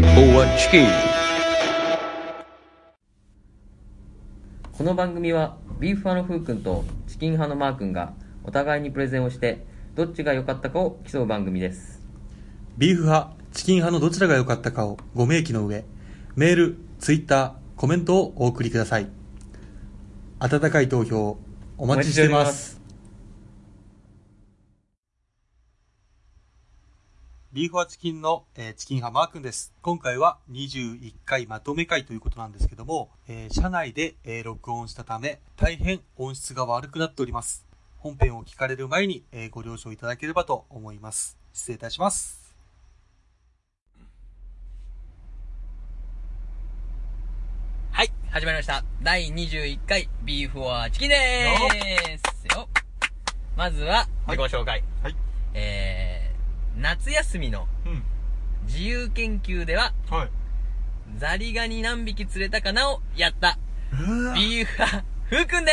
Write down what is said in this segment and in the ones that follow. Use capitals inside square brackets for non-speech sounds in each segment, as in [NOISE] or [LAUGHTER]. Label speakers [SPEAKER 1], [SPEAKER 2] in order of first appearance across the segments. [SPEAKER 1] チキンこの番組はビーフ派のふうくんとチキン派のマーくんがお互いにプレゼンをしてどっちが良かったかを競う番組です
[SPEAKER 2] ビーフ派、チキン派のどちらが良かったかをご明記の上、メール、ツイッター、コメントをお送りください。温かい投票、お待ちしています。ビーフ派チキンの、えーチキン派マー君です。今回は21回まとめ回ということなんですけども、えー車内で、えー録音したため、大変音質が悪くなっております。本編を聞かれる前に、えーご了承いただければと思います。失礼いたします。
[SPEAKER 3] はい、始まりました。第21回、ビーフォアチキンでーすよまずは、自己紹介。
[SPEAKER 2] はい
[SPEAKER 3] えー、夏休みの
[SPEAKER 2] うん。
[SPEAKER 3] 自由研究では、
[SPEAKER 2] はい。
[SPEAKER 3] ザリガニ何匹釣れたかなをやった、
[SPEAKER 2] うわ
[SPEAKER 3] ビーフ派、ふうくんで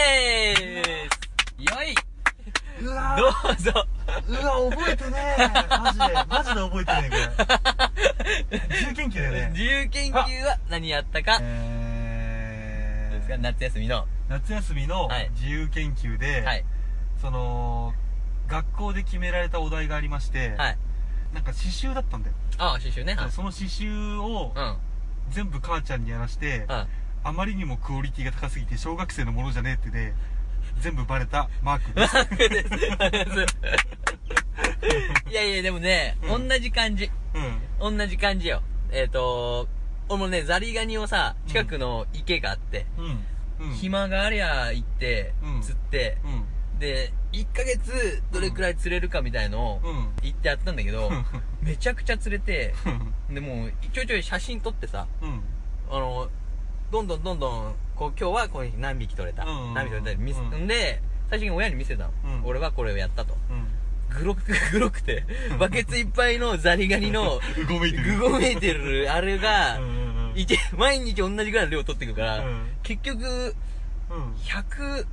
[SPEAKER 3] ーすよい、
[SPEAKER 2] うわ
[SPEAKER 3] どうぞ。
[SPEAKER 2] うわ覚えてねえマジでマジで覚えてねえこれ自由研究だよ
[SPEAKER 3] 自
[SPEAKER 2] ね
[SPEAKER 3] 由研究は何やったか、
[SPEAKER 2] え
[SPEAKER 3] どうですか
[SPEAKER 2] ー、
[SPEAKER 3] 夏休みの。
[SPEAKER 2] 夏休みの
[SPEAKER 3] はい
[SPEAKER 2] 自由研究で、
[SPEAKER 3] はい、
[SPEAKER 2] その学校で決められたお題がありまして、
[SPEAKER 3] はい。
[SPEAKER 2] なんか刺繍だったんだよ、
[SPEAKER 3] ああ、刺繍ね。はい
[SPEAKER 2] その刺繍を
[SPEAKER 3] うん。
[SPEAKER 2] 全部母ちゃんにやらして、
[SPEAKER 3] うん。
[SPEAKER 2] あまりにもクオリティが高すぎて小学生のものじゃねえってね全部バレたマークです
[SPEAKER 3] 楽です。いやいや、でもね、
[SPEAKER 2] うん
[SPEAKER 3] 同じ感じ。
[SPEAKER 2] うん
[SPEAKER 3] 同じ感じよ。えっ、と、俺もね、ザリガニをさ、近くの池があって、
[SPEAKER 2] うんうん
[SPEAKER 3] 暇がありゃ行って
[SPEAKER 2] うん、
[SPEAKER 3] 釣って、
[SPEAKER 2] うん
[SPEAKER 3] で、1ヶ月どれくらい釣れるかみたいのを、
[SPEAKER 2] うん
[SPEAKER 3] 行ってやったんだけど、めちゃくちゃ釣れて、
[SPEAKER 2] うん
[SPEAKER 3] で、もう、ちょいちょい写真撮ってさ、
[SPEAKER 2] うん
[SPEAKER 3] あの、どんどんどんどん、こう、今日はこう何匹取れた、
[SPEAKER 2] うんうんうん
[SPEAKER 3] 何匹取れた、見せ、
[SPEAKER 2] うん
[SPEAKER 3] んで、最終的に親に見せたの。
[SPEAKER 2] うん
[SPEAKER 3] 俺はこれをやったと。
[SPEAKER 2] うん
[SPEAKER 3] グ
[SPEAKER 2] [LAUGHS]
[SPEAKER 3] ロく、グロくて、バケツいっぱいのザリガニの、
[SPEAKER 2] うごめいてる
[SPEAKER 3] グゴめいてる、あれが
[SPEAKER 2] うん、うんうん
[SPEAKER 3] いて、毎日同じぐらいの量取ってくから、
[SPEAKER 2] うん
[SPEAKER 3] 結局、
[SPEAKER 2] う
[SPEAKER 3] 100、
[SPEAKER 2] ん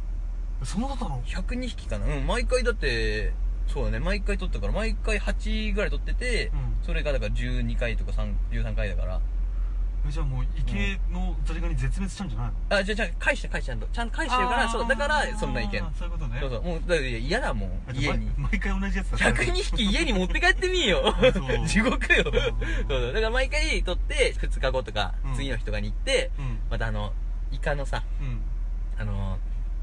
[SPEAKER 2] そんなだったの
[SPEAKER 3] 102匹かな。うん、毎回だって、そうだね、毎回取ったから、毎回8ぐらい取ってて、
[SPEAKER 2] うん
[SPEAKER 3] それがだから12回とか3 13回だから、
[SPEAKER 2] えじゃあもう池のザリガニ絶滅したんじゃないの
[SPEAKER 3] あ、じゃあ、じゃあ、返して、返して、ちゃんと。ちゃんと返してるから、
[SPEAKER 2] あー
[SPEAKER 3] そう、だから、そんないけん。
[SPEAKER 2] そういうことね
[SPEAKER 3] そうそう、もう、だって嫌だもん
[SPEAKER 2] あ、じゃあ
[SPEAKER 3] 家 [LAUGHS] に。
[SPEAKER 2] 毎毎回同じやつだ
[SPEAKER 3] 102匹
[SPEAKER 2] [LAUGHS]
[SPEAKER 3] 家に持って帰ってみーよ
[SPEAKER 2] そう。
[SPEAKER 3] [LAUGHS] 地獄よ。そう
[SPEAKER 2] うん
[SPEAKER 3] そう。だから毎回取って、2日後とか
[SPEAKER 2] うん、
[SPEAKER 3] 次の日とかに行って、
[SPEAKER 2] うん
[SPEAKER 3] またあの、イカのさ、
[SPEAKER 2] うん
[SPEAKER 3] あの、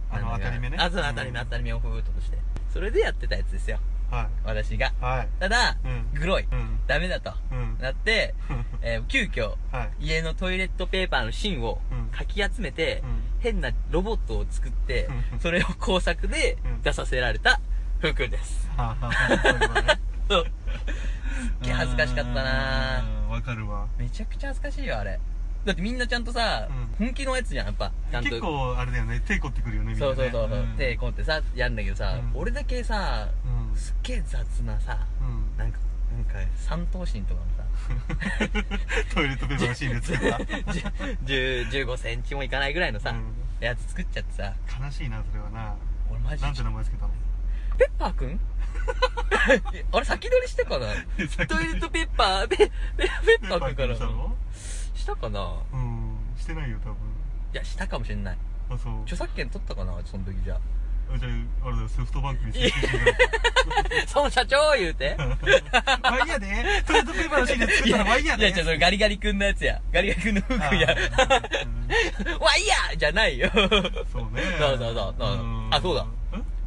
[SPEAKER 2] あの
[SPEAKER 3] なん
[SPEAKER 2] 当
[SPEAKER 3] だ
[SPEAKER 2] たり目ね
[SPEAKER 3] あ、そう、当たり目、
[SPEAKER 2] う
[SPEAKER 3] 当
[SPEAKER 2] ん
[SPEAKER 3] たり目をふーっとして。それでやってたやつですよ。
[SPEAKER 2] は
[SPEAKER 3] 私が。
[SPEAKER 2] いはい
[SPEAKER 3] ただ
[SPEAKER 2] う、ん
[SPEAKER 3] グロい。
[SPEAKER 2] うん
[SPEAKER 3] ダメだと。
[SPEAKER 2] うん
[SPEAKER 3] なって、えー急遽、
[SPEAKER 2] はい
[SPEAKER 3] 家のトイレットペーパーの芯を
[SPEAKER 2] うん
[SPEAKER 3] かき集めて
[SPEAKER 2] うん、
[SPEAKER 3] 変なロボットを作って
[SPEAKER 2] うん、
[SPEAKER 3] それを工作で
[SPEAKER 2] うん
[SPEAKER 3] 出させられた服です。
[SPEAKER 2] はあはあそういうことね
[SPEAKER 3] そう。すっげえ恥ずかしかったなぁ
[SPEAKER 2] うんわかるわ
[SPEAKER 3] めちゃくちゃ恥ずかしいよ、あれ。だってみんなちゃんとさ、
[SPEAKER 2] う
[SPEAKER 3] 本気のやつじゃん、やっぱ。ちゃんと。
[SPEAKER 2] 結構あれだよね手凝ってくるよねみん
[SPEAKER 3] そ
[SPEAKER 2] なね
[SPEAKER 3] うそうそうそう。手
[SPEAKER 2] う
[SPEAKER 3] こうってさ、やんだけどさ、
[SPEAKER 2] うん
[SPEAKER 3] 俺だけさ、
[SPEAKER 2] ん
[SPEAKER 3] すっげえ雑なさ、
[SPEAKER 2] うんうん
[SPEAKER 3] なんか、なんか、三頭身とかもさ、
[SPEAKER 2] トイレットペーパーのシーンで作った
[SPEAKER 3] [LAUGHS] 10 15センチもいかないぐらいのさ、
[SPEAKER 2] うん
[SPEAKER 3] やつ作っちゃってさ、
[SPEAKER 2] 悲しいなそれはな
[SPEAKER 3] 俺マジ
[SPEAKER 2] なんて名前つけたの
[SPEAKER 3] ペッパーく
[SPEAKER 2] [LAUGHS]
[SPEAKER 3] んあれ先取りしたかなトイレットペッパー、ペ、ペペッパーくんから
[SPEAKER 2] したの
[SPEAKER 3] したかな
[SPEAKER 2] うんしてないよ多分
[SPEAKER 3] いや、したかもしれない。
[SPEAKER 2] あそう
[SPEAKER 3] 著作権取ったかなその時じゃあ。
[SPEAKER 2] あじゃああれだよソフトバンクに請求してく
[SPEAKER 3] その社長言うて
[SPEAKER 2] ワイヤーでトイレットペーパーのシーンで作ったらワイヤー
[SPEAKER 3] い
[SPEAKER 2] で
[SPEAKER 3] や、ちょっとガリガリ君のやつや。ガリガリ君の服
[SPEAKER 2] あー
[SPEAKER 3] や。ワイヤーじゃないよ。
[SPEAKER 2] うんそう
[SPEAKER 3] そ
[SPEAKER 2] ね
[SPEAKER 3] うそうそうそうあそうだ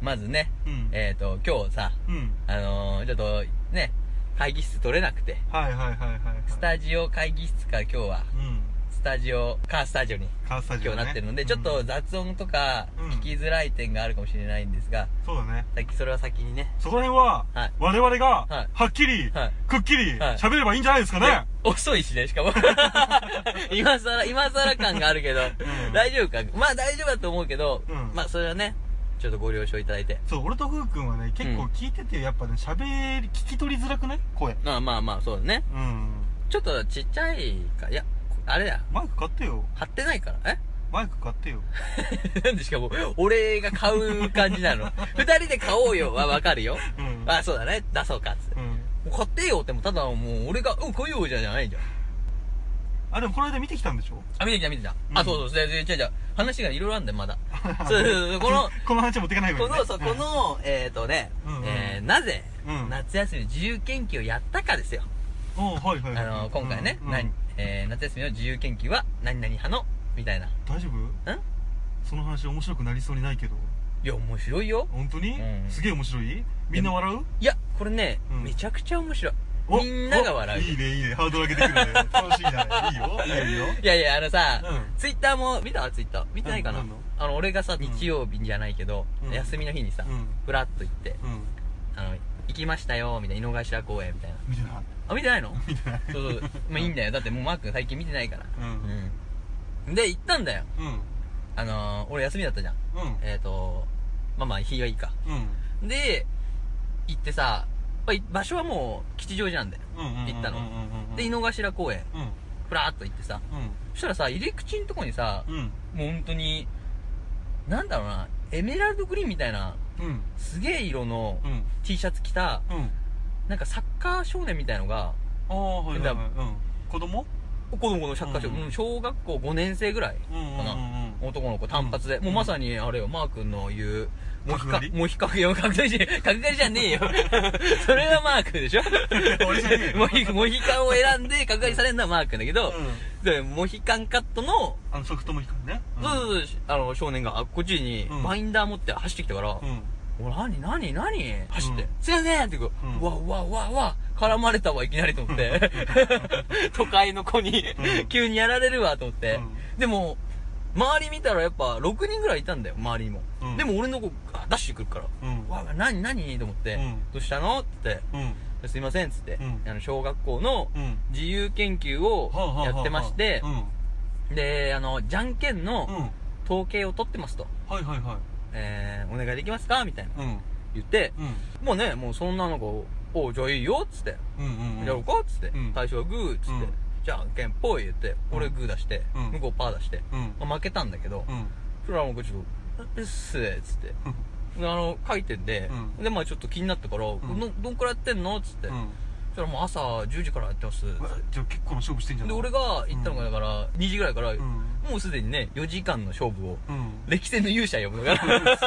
[SPEAKER 3] まずね、
[SPEAKER 2] うん
[SPEAKER 3] えっ、と、今日さ、
[SPEAKER 2] うんうん
[SPEAKER 3] あのー、ちょっと、ね、会議室取れなくて、
[SPEAKER 2] はいはいはいはいはい
[SPEAKER 3] スタジオ会議室から今日は、
[SPEAKER 2] うん
[SPEAKER 3] スタジオ、カースタジオに
[SPEAKER 2] カースタジ
[SPEAKER 3] 今
[SPEAKER 2] オ
[SPEAKER 3] 日
[SPEAKER 2] ね
[SPEAKER 3] なってるので、
[SPEAKER 2] うん
[SPEAKER 3] ちょっと雑音とか
[SPEAKER 2] うん
[SPEAKER 3] 聞きづらい点があるかもしれないんですが、
[SPEAKER 2] そうだね
[SPEAKER 3] さっきそれは先にね、
[SPEAKER 2] そこら辺は
[SPEAKER 3] はい
[SPEAKER 2] 我々
[SPEAKER 3] は
[SPEAKER 2] が
[SPEAKER 3] い
[SPEAKER 2] はっきり
[SPEAKER 3] はい
[SPEAKER 2] くっきり
[SPEAKER 3] はい
[SPEAKER 2] 喋ればいいんじゃないですかね
[SPEAKER 3] 遅いしね、し [LAUGHS] かも。今更、今更感があるけど、
[SPEAKER 2] ん
[SPEAKER 3] 大丈夫か。まあ大丈夫だと思うけど、
[SPEAKER 2] うん
[SPEAKER 3] まあそれはね、ちょっとご了承いただいて。
[SPEAKER 2] そう俺とふうくんはね結構聞いててやっぱね喋り聞き取りづらくない声
[SPEAKER 3] まあまあまあ、そうだね。
[SPEAKER 2] うん
[SPEAKER 3] ちょっとちっちゃいか、いや、あれだ、
[SPEAKER 2] マイク買ってよ
[SPEAKER 3] 貼ってないから。
[SPEAKER 2] マイク買ってよ
[SPEAKER 3] え [LAUGHS] なんでしかも、俺が買う感じな [LAUGHS] の。二人で買おうよはわかるよ。
[SPEAKER 2] うん
[SPEAKER 3] あ、そうだね。出そうかっつって。
[SPEAKER 2] うん
[SPEAKER 3] もう買ってよっても、ただもう俺が、うん、来いよじゃないじゃん。
[SPEAKER 4] あ、でもこの間見てきたんでしょ
[SPEAKER 3] あ、見てきた見てきた。
[SPEAKER 4] う
[SPEAKER 3] あ、
[SPEAKER 4] ん
[SPEAKER 3] そうそう、で、で、じゃあじゃあ話がいろいろあんだよ、ま [LAUGHS] だ。 [LAUGHS] そうそう
[SPEAKER 4] [LAUGHS]
[SPEAKER 3] そう、この、
[SPEAKER 4] この話持ってかない
[SPEAKER 3] こ
[SPEAKER 4] わけ
[SPEAKER 3] の、そう、この、えっとね
[SPEAKER 4] うんうん、
[SPEAKER 3] えーなぜ
[SPEAKER 4] うん、
[SPEAKER 3] 夏休みの自由研究をやったかですよ。
[SPEAKER 4] の、うん、はいはいは
[SPEAKER 3] あ
[SPEAKER 4] い。
[SPEAKER 3] の、今回ね
[SPEAKER 4] う、んうん
[SPEAKER 3] 何えー夏休みの自由研究は何々派の、みたいな。
[SPEAKER 4] 大丈夫
[SPEAKER 3] ん
[SPEAKER 4] その話面白くなりそうにないけど。
[SPEAKER 3] いや、面白いよ。
[SPEAKER 4] 本当に、
[SPEAKER 3] うん
[SPEAKER 4] すげえ面白いみんな笑う
[SPEAKER 3] いや、これね
[SPEAKER 4] う、ん
[SPEAKER 3] めちゃくちゃ面白い。
[SPEAKER 4] お
[SPEAKER 3] みんなが笑う
[SPEAKER 4] おいいね、いいね。ハードル上げてくる
[SPEAKER 3] [LAUGHS]
[SPEAKER 4] ね。楽しいじゃない。いいよ、いいよ、いいよ。
[SPEAKER 3] いやいや、あのさ
[SPEAKER 4] う、
[SPEAKER 3] ツイッターも、見たツイッター。見てないか
[SPEAKER 4] う
[SPEAKER 3] なん
[SPEAKER 4] なんの
[SPEAKER 3] あの、俺がさ、
[SPEAKER 4] ん
[SPEAKER 3] 日曜日じゃないけど
[SPEAKER 4] うん、
[SPEAKER 3] 休みの日にさ
[SPEAKER 4] う、ん。
[SPEAKER 3] ふらっと行って、
[SPEAKER 4] うん。
[SPEAKER 3] あの、行きましたよ、みたいな、井の頭公園みたいな。
[SPEAKER 4] 見てない。
[SPEAKER 3] あ、見てないの
[SPEAKER 4] 見てない。
[SPEAKER 3] そうそう。まあいいんだよ。だってもうマー君最近見てないから。
[SPEAKER 4] うん。
[SPEAKER 3] うん。で、行ったんだよ。
[SPEAKER 4] うん。
[SPEAKER 3] あのー、俺休みだったじゃん。
[SPEAKER 4] うん。
[SPEAKER 3] えっ、ー、と、まあまあ、日はいいか。
[SPEAKER 4] うん。
[SPEAKER 3] で、行ってさ、まあい場所はもう吉祥寺なんだよ。
[SPEAKER 4] うん。うん。
[SPEAKER 3] 行ったの
[SPEAKER 4] うんうんうんうん。
[SPEAKER 3] で、井の頭公園、
[SPEAKER 4] うん。
[SPEAKER 3] ふらーっと行ってさ。そしたらさ、入り口のとこにさ、
[SPEAKER 4] うん。うん。
[SPEAKER 3] もう本当に、なんだろうな、エメラルドグリーンみたいな、
[SPEAKER 4] うん。
[SPEAKER 3] すげえ色の
[SPEAKER 4] うん。
[SPEAKER 3] T シャツ着た、
[SPEAKER 4] うん。
[SPEAKER 3] なんかサッカー少年みたいのが、
[SPEAKER 4] ああ、はいはい、はい。うん。子供
[SPEAKER 3] 子供のサッカー少
[SPEAKER 4] うん
[SPEAKER 3] 年、うん小学校5年生ぐらい
[SPEAKER 4] うん。うん。うん。うん。
[SPEAKER 3] 男の子単発で、もうまさにあれよマー君の言うモヒカ
[SPEAKER 4] 角刈り
[SPEAKER 3] モヒカいや角刈りじゃ角刈りじゃねえよ
[SPEAKER 4] [LAUGHS]
[SPEAKER 3] それはマー君でしょ
[SPEAKER 4] 俺じゃ
[SPEAKER 3] [LAUGHS]
[SPEAKER 4] ねえよ
[SPEAKER 3] モヒモヒカンを選んで角刈りされるのはマー君だけど、
[SPEAKER 4] うん。
[SPEAKER 3] でモヒカンカットの、
[SPEAKER 4] あの、ソフトモヒカンね。
[SPEAKER 3] そうそうそうあの少年があこっちに
[SPEAKER 4] うん
[SPEAKER 3] バインダー持って走ってきたから
[SPEAKER 4] う、ん。
[SPEAKER 3] 俺何何何走って、
[SPEAKER 4] うん
[SPEAKER 3] すいませんってこう、
[SPEAKER 4] うん
[SPEAKER 3] うわうわうわうわ絡まれたわいきなりと思って [LAUGHS] 都会の子に
[SPEAKER 4] うん
[SPEAKER 3] 急にやられるわと思って、
[SPEAKER 4] う
[SPEAKER 3] でも周り見たらやっぱ6人ぐらいいたんだよ周りにも、
[SPEAKER 4] うん
[SPEAKER 3] でも俺の子あダッシュ来るから、
[SPEAKER 4] うん。
[SPEAKER 3] わわ何何と思って、
[SPEAKER 4] うん
[SPEAKER 3] どうしたのって
[SPEAKER 4] うん。うん。
[SPEAKER 3] 言ってすいませんっつって、
[SPEAKER 4] うん
[SPEAKER 3] あの小学校の
[SPEAKER 4] うん。
[SPEAKER 3] 自由研究を
[SPEAKER 4] はあはあはあはあ
[SPEAKER 3] やってまして
[SPEAKER 4] う、ん。
[SPEAKER 3] であのじゃんけん
[SPEAKER 4] うん。
[SPEAKER 3] の
[SPEAKER 4] はい
[SPEAKER 3] 統計を取ってますと、
[SPEAKER 4] はいは。
[SPEAKER 3] えー、お願いできますかみたいない
[SPEAKER 4] うん。
[SPEAKER 3] 言って、
[SPEAKER 4] うん。
[SPEAKER 3] もうね、もうそんなの子、おう、じゃあいいよ、っつって。
[SPEAKER 4] うんうんうん。
[SPEAKER 3] やろうかっつって
[SPEAKER 4] うん。
[SPEAKER 3] 対象はグー、っつって
[SPEAKER 4] うん。
[SPEAKER 3] じゃんけんぽい言って、
[SPEAKER 4] うん
[SPEAKER 3] 俺グー出して
[SPEAKER 4] うん、
[SPEAKER 3] 向こうパー出して。
[SPEAKER 4] うん。
[SPEAKER 3] まあ負けたんだけど
[SPEAKER 4] う、ん。
[SPEAKER 3] フラもこうちょっと、うっすーっつって。であの、書いてんで
[SPEAKER 4] う、
[SPEAKER 3] で、まあちょっと気になったから、これのどんくらいやってんのっつって。
[SPEAKER 4] う
[SPEAKER 3] そ
[SPEAKER 4] ん。
[SPEAKER 3] したらもう朝10時からやってます。
[SPEAKER 4] うわじゃあ結構な勝負してんじゃん。
[SPEAKER 3] で、俺。が行ったのが、だから、2時ぐらいから、
[SPEAKER 4] うん。
[SPEAKER 3] もうすでにね、4時間の勝負を、
[SPEAKER 4] うん。
[SPEAKER 3] 歴戦の勇者呼ぶから。
[SPEAKER 4] す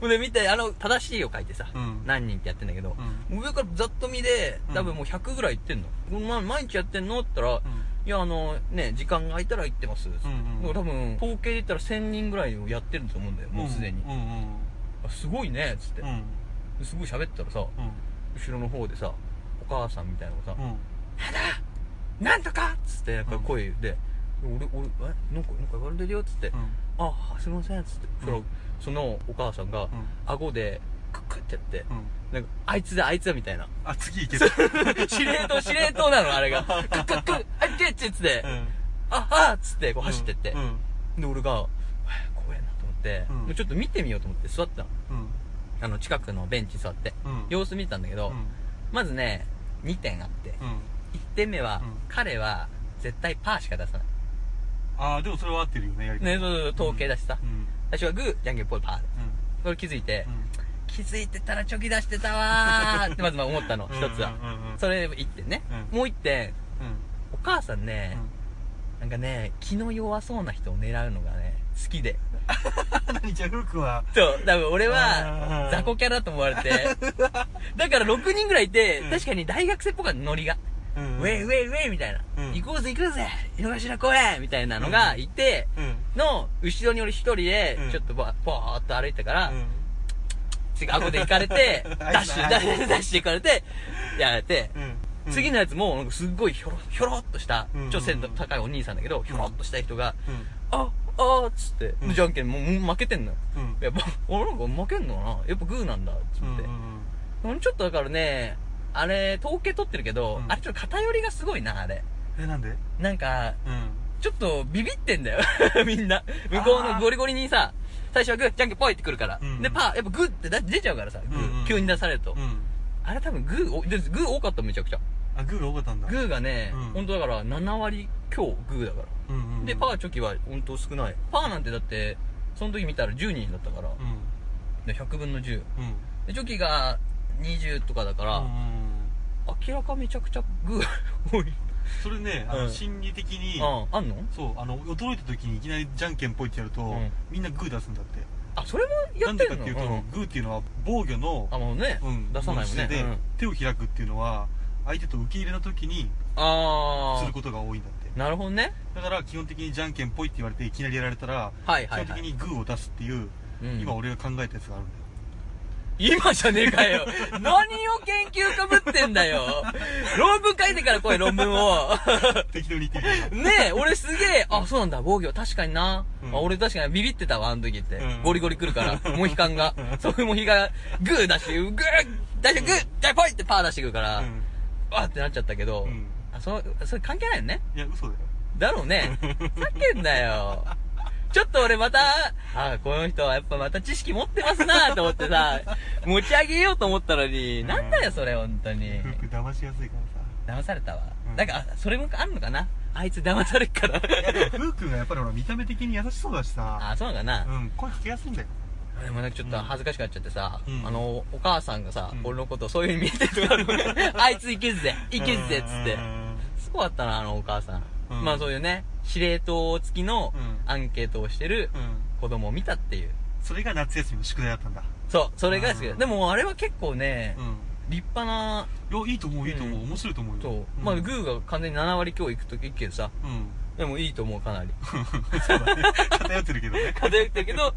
[SPEAKER 4] ごいね。
[SPEAKER 3] で、見て、あの、正しいを書いてさ、
[SPEAKER 4] うん
[SPEAKER 3] 何人ってやってんだけど、上からざっと見で
[SPEAKER 4] うん
[SPEAKER 3] 多分もう100ぐらい行ってんの、この前毎日やってんのって言ったら、いやあのね時間が空いたら行ってます、
[SPEAKER 4] うんうん
[SPEAKER 3] だから多分統計で言ったら1000人ぐらいをやってると思うんだよもうすでに、
[SPEAKER 4] うんうん
[SPEAKER 3] あすごいねっつって
[SPEAKER 4] うん。う、ん。
[SPEAKER 3] すごい喋ってたらさ
[SPEAKER 4] うん。
[SPEAKER 3] 後ろの方でさお母さんみたいなのがさ
[SPEAKER 4] うん。
[SPEAKER 3] 「なんとか!」っつってなんか声で「俺俺えなんかなんか言われてるよ」っつって「ああすいません」っつって、そしたらそのお母さんが、顎でクックってやって、
[SPEAKER 4] うん。
[SPEAKER 3] なんかあいつだあいつだみたいな
[SPEAKER 4] あ、次いけた。
[SPEAKER 3] 司令塔司令塔なのあれがカッカッカッあっちっちっつって、
[SPEAKER 4] うん。
[SPEAKER 3] ああっつってこう走ってって、
[SPEAKER 4] うん。
[SPEAKER 3] で俺がはあ怖えなと思って、
[SPEAKER 4] うん
[SPEAKER 3] もうちょっと見てみようと思って座ってたの
[SPEAKER 4] うん。
[SPEAKER 3] あの近くのベンチに座って
[SPEAKER 4] うん。
[SPEAKER 3] 様子見てたんだけど、
[SPEAKER 4] うん。
[SPEAKER 3] まずね2点あって
[SPEAKER 4] うん。
[SPEAKER 3] 1点目は、
[SPEAKER 4] うん
[SPEAKER 3] 彼は絶対パーしか出さない
[SPEAKER 4] ああ、でもそれは合ってるよね、やり
[SPEAKER 3] ねそうそうそう統計出してさ、
[SPEAKER 4] うん。
[SPEAKER 3] 最初はグーじゃんけんぽいパーで
[SPEAKER 4] うん。
[SPEAKER 3] それ気づいて、
[SPEAKER 4] うん。
[SPEAKER 3] 気づいてたらチョキ出してたわー
[SPEAKER 4] [LAUGHS]
[SPEAKER 3] ってまずまあ思ったの一つは、
[SPEAKER 4] うん。
[SPEAKER 3] それ1点ね、
[SPEAKER 4] うん
[SPEAKER 3] もう1点
[SPEAKER 4] うん。
[SPEAKER 3] お母さんね、なんかね、気の弱そうな人を狙うのがね、好きで。
[SPEAKER 4] 何じゃ、フークは。
[SPEAKER 3] そう、多分俺
[SPEAKER 4] あ
[SPEAKER 3] は
[SPEAKER 4] ー、
[SPEAKER 3] 雑魚キャラと思われて。
[SPEAKER 4] [LAUGHS]
[SPEAKER 3] だから6人ぐらいいて
[SPEAKER 4] うん、
[SPEAKER 3] 確かに大学生っぽかったノリが。
[SPEAKER 4] う
[SPEAKER 3] ウ
[SPEAKER 4] ん。
[SPEAKER 3] ェイウェイウェイみたいな
[SPEAKER 4] うん。
[SPEAKER 3] 行こうぜ行こうぜ井の頭公園みたいなのがいて、
[SPEAKER 4] うん。
[SPEAKER 3] の、後ろに俺一人で
[SPEAKER 4] うん、
[SPEAKER 3] ちょっとぼぼーっと歩いてたから、
[SPEAKER 4] う
[SPEAKER 3] 次顎で行かれて
[SPEAKER 4] [LAUGHS]
[SPEAKER 3] ダ
[SPEAKER 4] あい、つ
[SPEAKER 3] ッシュ、
[SPEAKER 4] あ
[SPEAKER 3] ダッ
[SPEAKER 4] いつ
[SPEAKER 3] シュ、ダッシュ行かれて、やられて、
[SPEAKER 4] ん。
[SPEAKER 3] 次のやつも、なんかすっごいひょろ、ひょろっとした、
[SPEAKER 4] うん
[SPEAKER 3] ちょっと背の高いお兄さんだけど、ひょろっとした人が、
[SPEAKER 4] うん。
[SPEAKER 3] あ、あーっつって、
[SPEAKER 4] うん
[SPEAKER 3] じゃんけんもうもう負けてんのよ。
[SPEAKER 4] うん。
[SPEAKER 3] やっぱ、俺なんか負けんのかなやっぱグーなんだ、つって。うんちょっとだからね、あれ、統計取ってるけど、
[SPEAKER 4] うん
[SPEAKER 3] あれちょっと偏りがすごいな、あれ。
[SPEAKER 4] え、なんで
[SPEAKER 3] なんか、
[SPEAKER 4] うん。
[SPEAKER 3] ちょっとビビってんだよ。 [LAUGHS] みんな。向こうのゴリゴリにさ、最初はグー、じゃんけんぽいってくるから。
[SPEAKER 4] うん
[SPEAKER 3] で、パー、やっぱグーって出出ちゃうからさ、グー、
[SPEAKER 4] うんうん
[SPEAKER 3] 急に出されると。
[SPEAKER 4] うん。
[SPEAKER 3] あれ多分グーお、でグー多かっためちゃくちゃ。
[SPEAKER 4] あ、グーが多かったんだ。
[SPEAKER 3] グーがね、
[SPEAKER 4] うん
[SPEAKER 3] ほんとだから7割強グーだから。
[SPEAKER 4] うんうんうん。
[SPEAKER 3] で、パーチョキは本当少ない。パーなんてだって、その時見たら10人だったから、
[SPEAKER 4] う
[SPEAKER 3] で100分の10。
[SPEAKER 4] ん。うん。
[SPEAKER 3] で、チョキが20とかだから、
[SPEAKER 4] うんうんうん [LAUGHS]
[SPEAKER 3] 明らかめちゃくちゃグー多い。
[SPEAKER 4] それね、あの
[SPEAKER 3] うん
[SPEAKER 4] 心理的に、
[SPEAKER 3] ああんの
[SPEAKER 4] そうあの驚いた時にいきなりじゃんけんぽいってやると、
[SPEAKER 3] うん
[SPEAKER 4] みんなグー出すんだって
[SPEAKER 3] あそれも
[SPEAKER 4] な
[SPEAKER 3] や
[SPEAKER 4] ん
[SPEAKER 3] っ
[SPEAKER 4] で
[SPEAKER 3] て
[SPEAKER 4] かっ
[SPEAKER 3] る
[SPEAKER 4] て
[SPEAKER 3] の
[SPEAKER 4] いうと、
[SPEAKER 3] うん
[SPEAKER 4] グーっていうのは防御の、
[SPEAKER 3] あもうね、
[SPEAKER 4] うん
[SPEAKER 3] 出さないもんね
[SPEAKER 4] 本質で、
[SPEAKER 3] うん
[SPEAKER 4] 手を開くっていうのは相手と受け入れの
[SPEAKER 3] [LAUGHS]
[SPEAKER 4] 時に
[SPEAKER 3] あ
[SPEAKER 4] する
[SPEAKER 3] あ
[SPEAKER 4] ことが多いんだって
[SPEAKER 3] なるほどね
[SPEAKER 4] だから基本的にじゃんけんぽいって言われていきなりやられた
[SPEAKER 3] は
[SPEAKER 4] ら、
[SPEAKER 3] いはい、はい、
[SPEAKER 4] 基本的にグーを出すっていう、
[SPEAKER 3] うん
[SPEAKER 4] 今俺が考えたやつがあるんだよ
[SPEAKER 3] 今じゃねえか
[SPEAKER 4] [LAUGHS]
[SPEAKER 3] よ何を研究かぶってんだよ論文書いてから来い論文
[SPEAKER 4] [LAUGHS]
[SPEAKER 3] を
[SPEAKER 4] 適当に言ってみ
[SPEAKER 3] ねえ俺すげえあそうなんだ防御確かにな、
[SPEAKER 4] うん
[SPEAKER 3] あ俺確かにビビってたわあの時って、
[SPEAKER 4] うん
[SPEAKER 3] ゴリゴリ来る
[SPEAKER 4] [LAUGHS]
[SPEAKER 3] からモヒカンがソフモヒがグー出してグー大丈夫グー大ポイってパー出してくるから、
[SPEAKER 4] た
[SPEAKER 3] わ
[SPEAKER 4] うん
[SPEAKER 3] ーってなっちゃったけど、
[SPEAKER 4] うん
[SPEAKER 3] あそそれ関係ないよね
[SPEAKER 4] いや嘘だよ
[SPEAKER 3] だろうね。ふざけんなよ。ちょっと俺また、あ、この人はやっぱまた知識持ってますなと思ってさ、持ち上げようと思ったのに、
[SPEAKER 4] うん
[SPEAKER 3] なんだよそれ本当に。
[SPEAKER 4] 服騙しやすいからさ
[SPEAKER 3] 騙されたわ
[SPEAKER 4] う。ん
[SPEAKER 3] なんか、あそれもあんのかなあいつ騙されっから。
[SPEAKER 4] いやでもフー君がやっぱりほら見た目的に優しそうだしさ、
[SPEAKER 3] あ、そうかな
[SPEAKER 4] う。ん、声かけやすいんだよ
[SPEAKER 3] でもなんかちょっと恥ずかしくなっちゃってさ、
[SPEAKER 4] うん
[SPEAKER 3] あの、お母さんがさ、
[SPEAKER 4] うん
[SPEAKER 3] 俺のことをそういう風に見えてるからね、あいついけるぜ、いけるぜ、つって
[SPEAKER 4] う。ん
[SPEAKER 3] すごかったな、あのお母さん。
[SPEAKER 4] うん
[SPEAKER 3] まあそういうね、司令塔付きの
[SPEAKER 4] うん
[SPEAKER 3] アンケートをしてる
[SPEAKER 4] うん
[SPEAKER 3] 子供を見たっていう。
[SPEAKER 4] それが夏休みの宿題だったんだ
[SPEAKER 3] そう、それがですけど、
[SPEAKER 4] うん
[SPEAKER 3] でもあれは結構ね、
[SPEAKER 4] う
[SPEAKER 3] 立派なん
[SPEAKER 4] いやいいと思ういいと思う、
[SPEAKER 3] うん
[SPEAKER 4] 面白いと思うよ
[SPEAKER 3] と、
[SPEAKER 4] うん
[SPEAKER 3] まあグーが完全に7割強いくといくけどさ、
[SPEAKER 4] うん
[SPEAKER 3] でもいいと思うかな
[SPEAKER 4] [LAUGHS]
[SPEAKER 3] り。
[SPEAKER 4] そうだね偏ってるけどね
[SPEAKER 3] 偏ってるけど、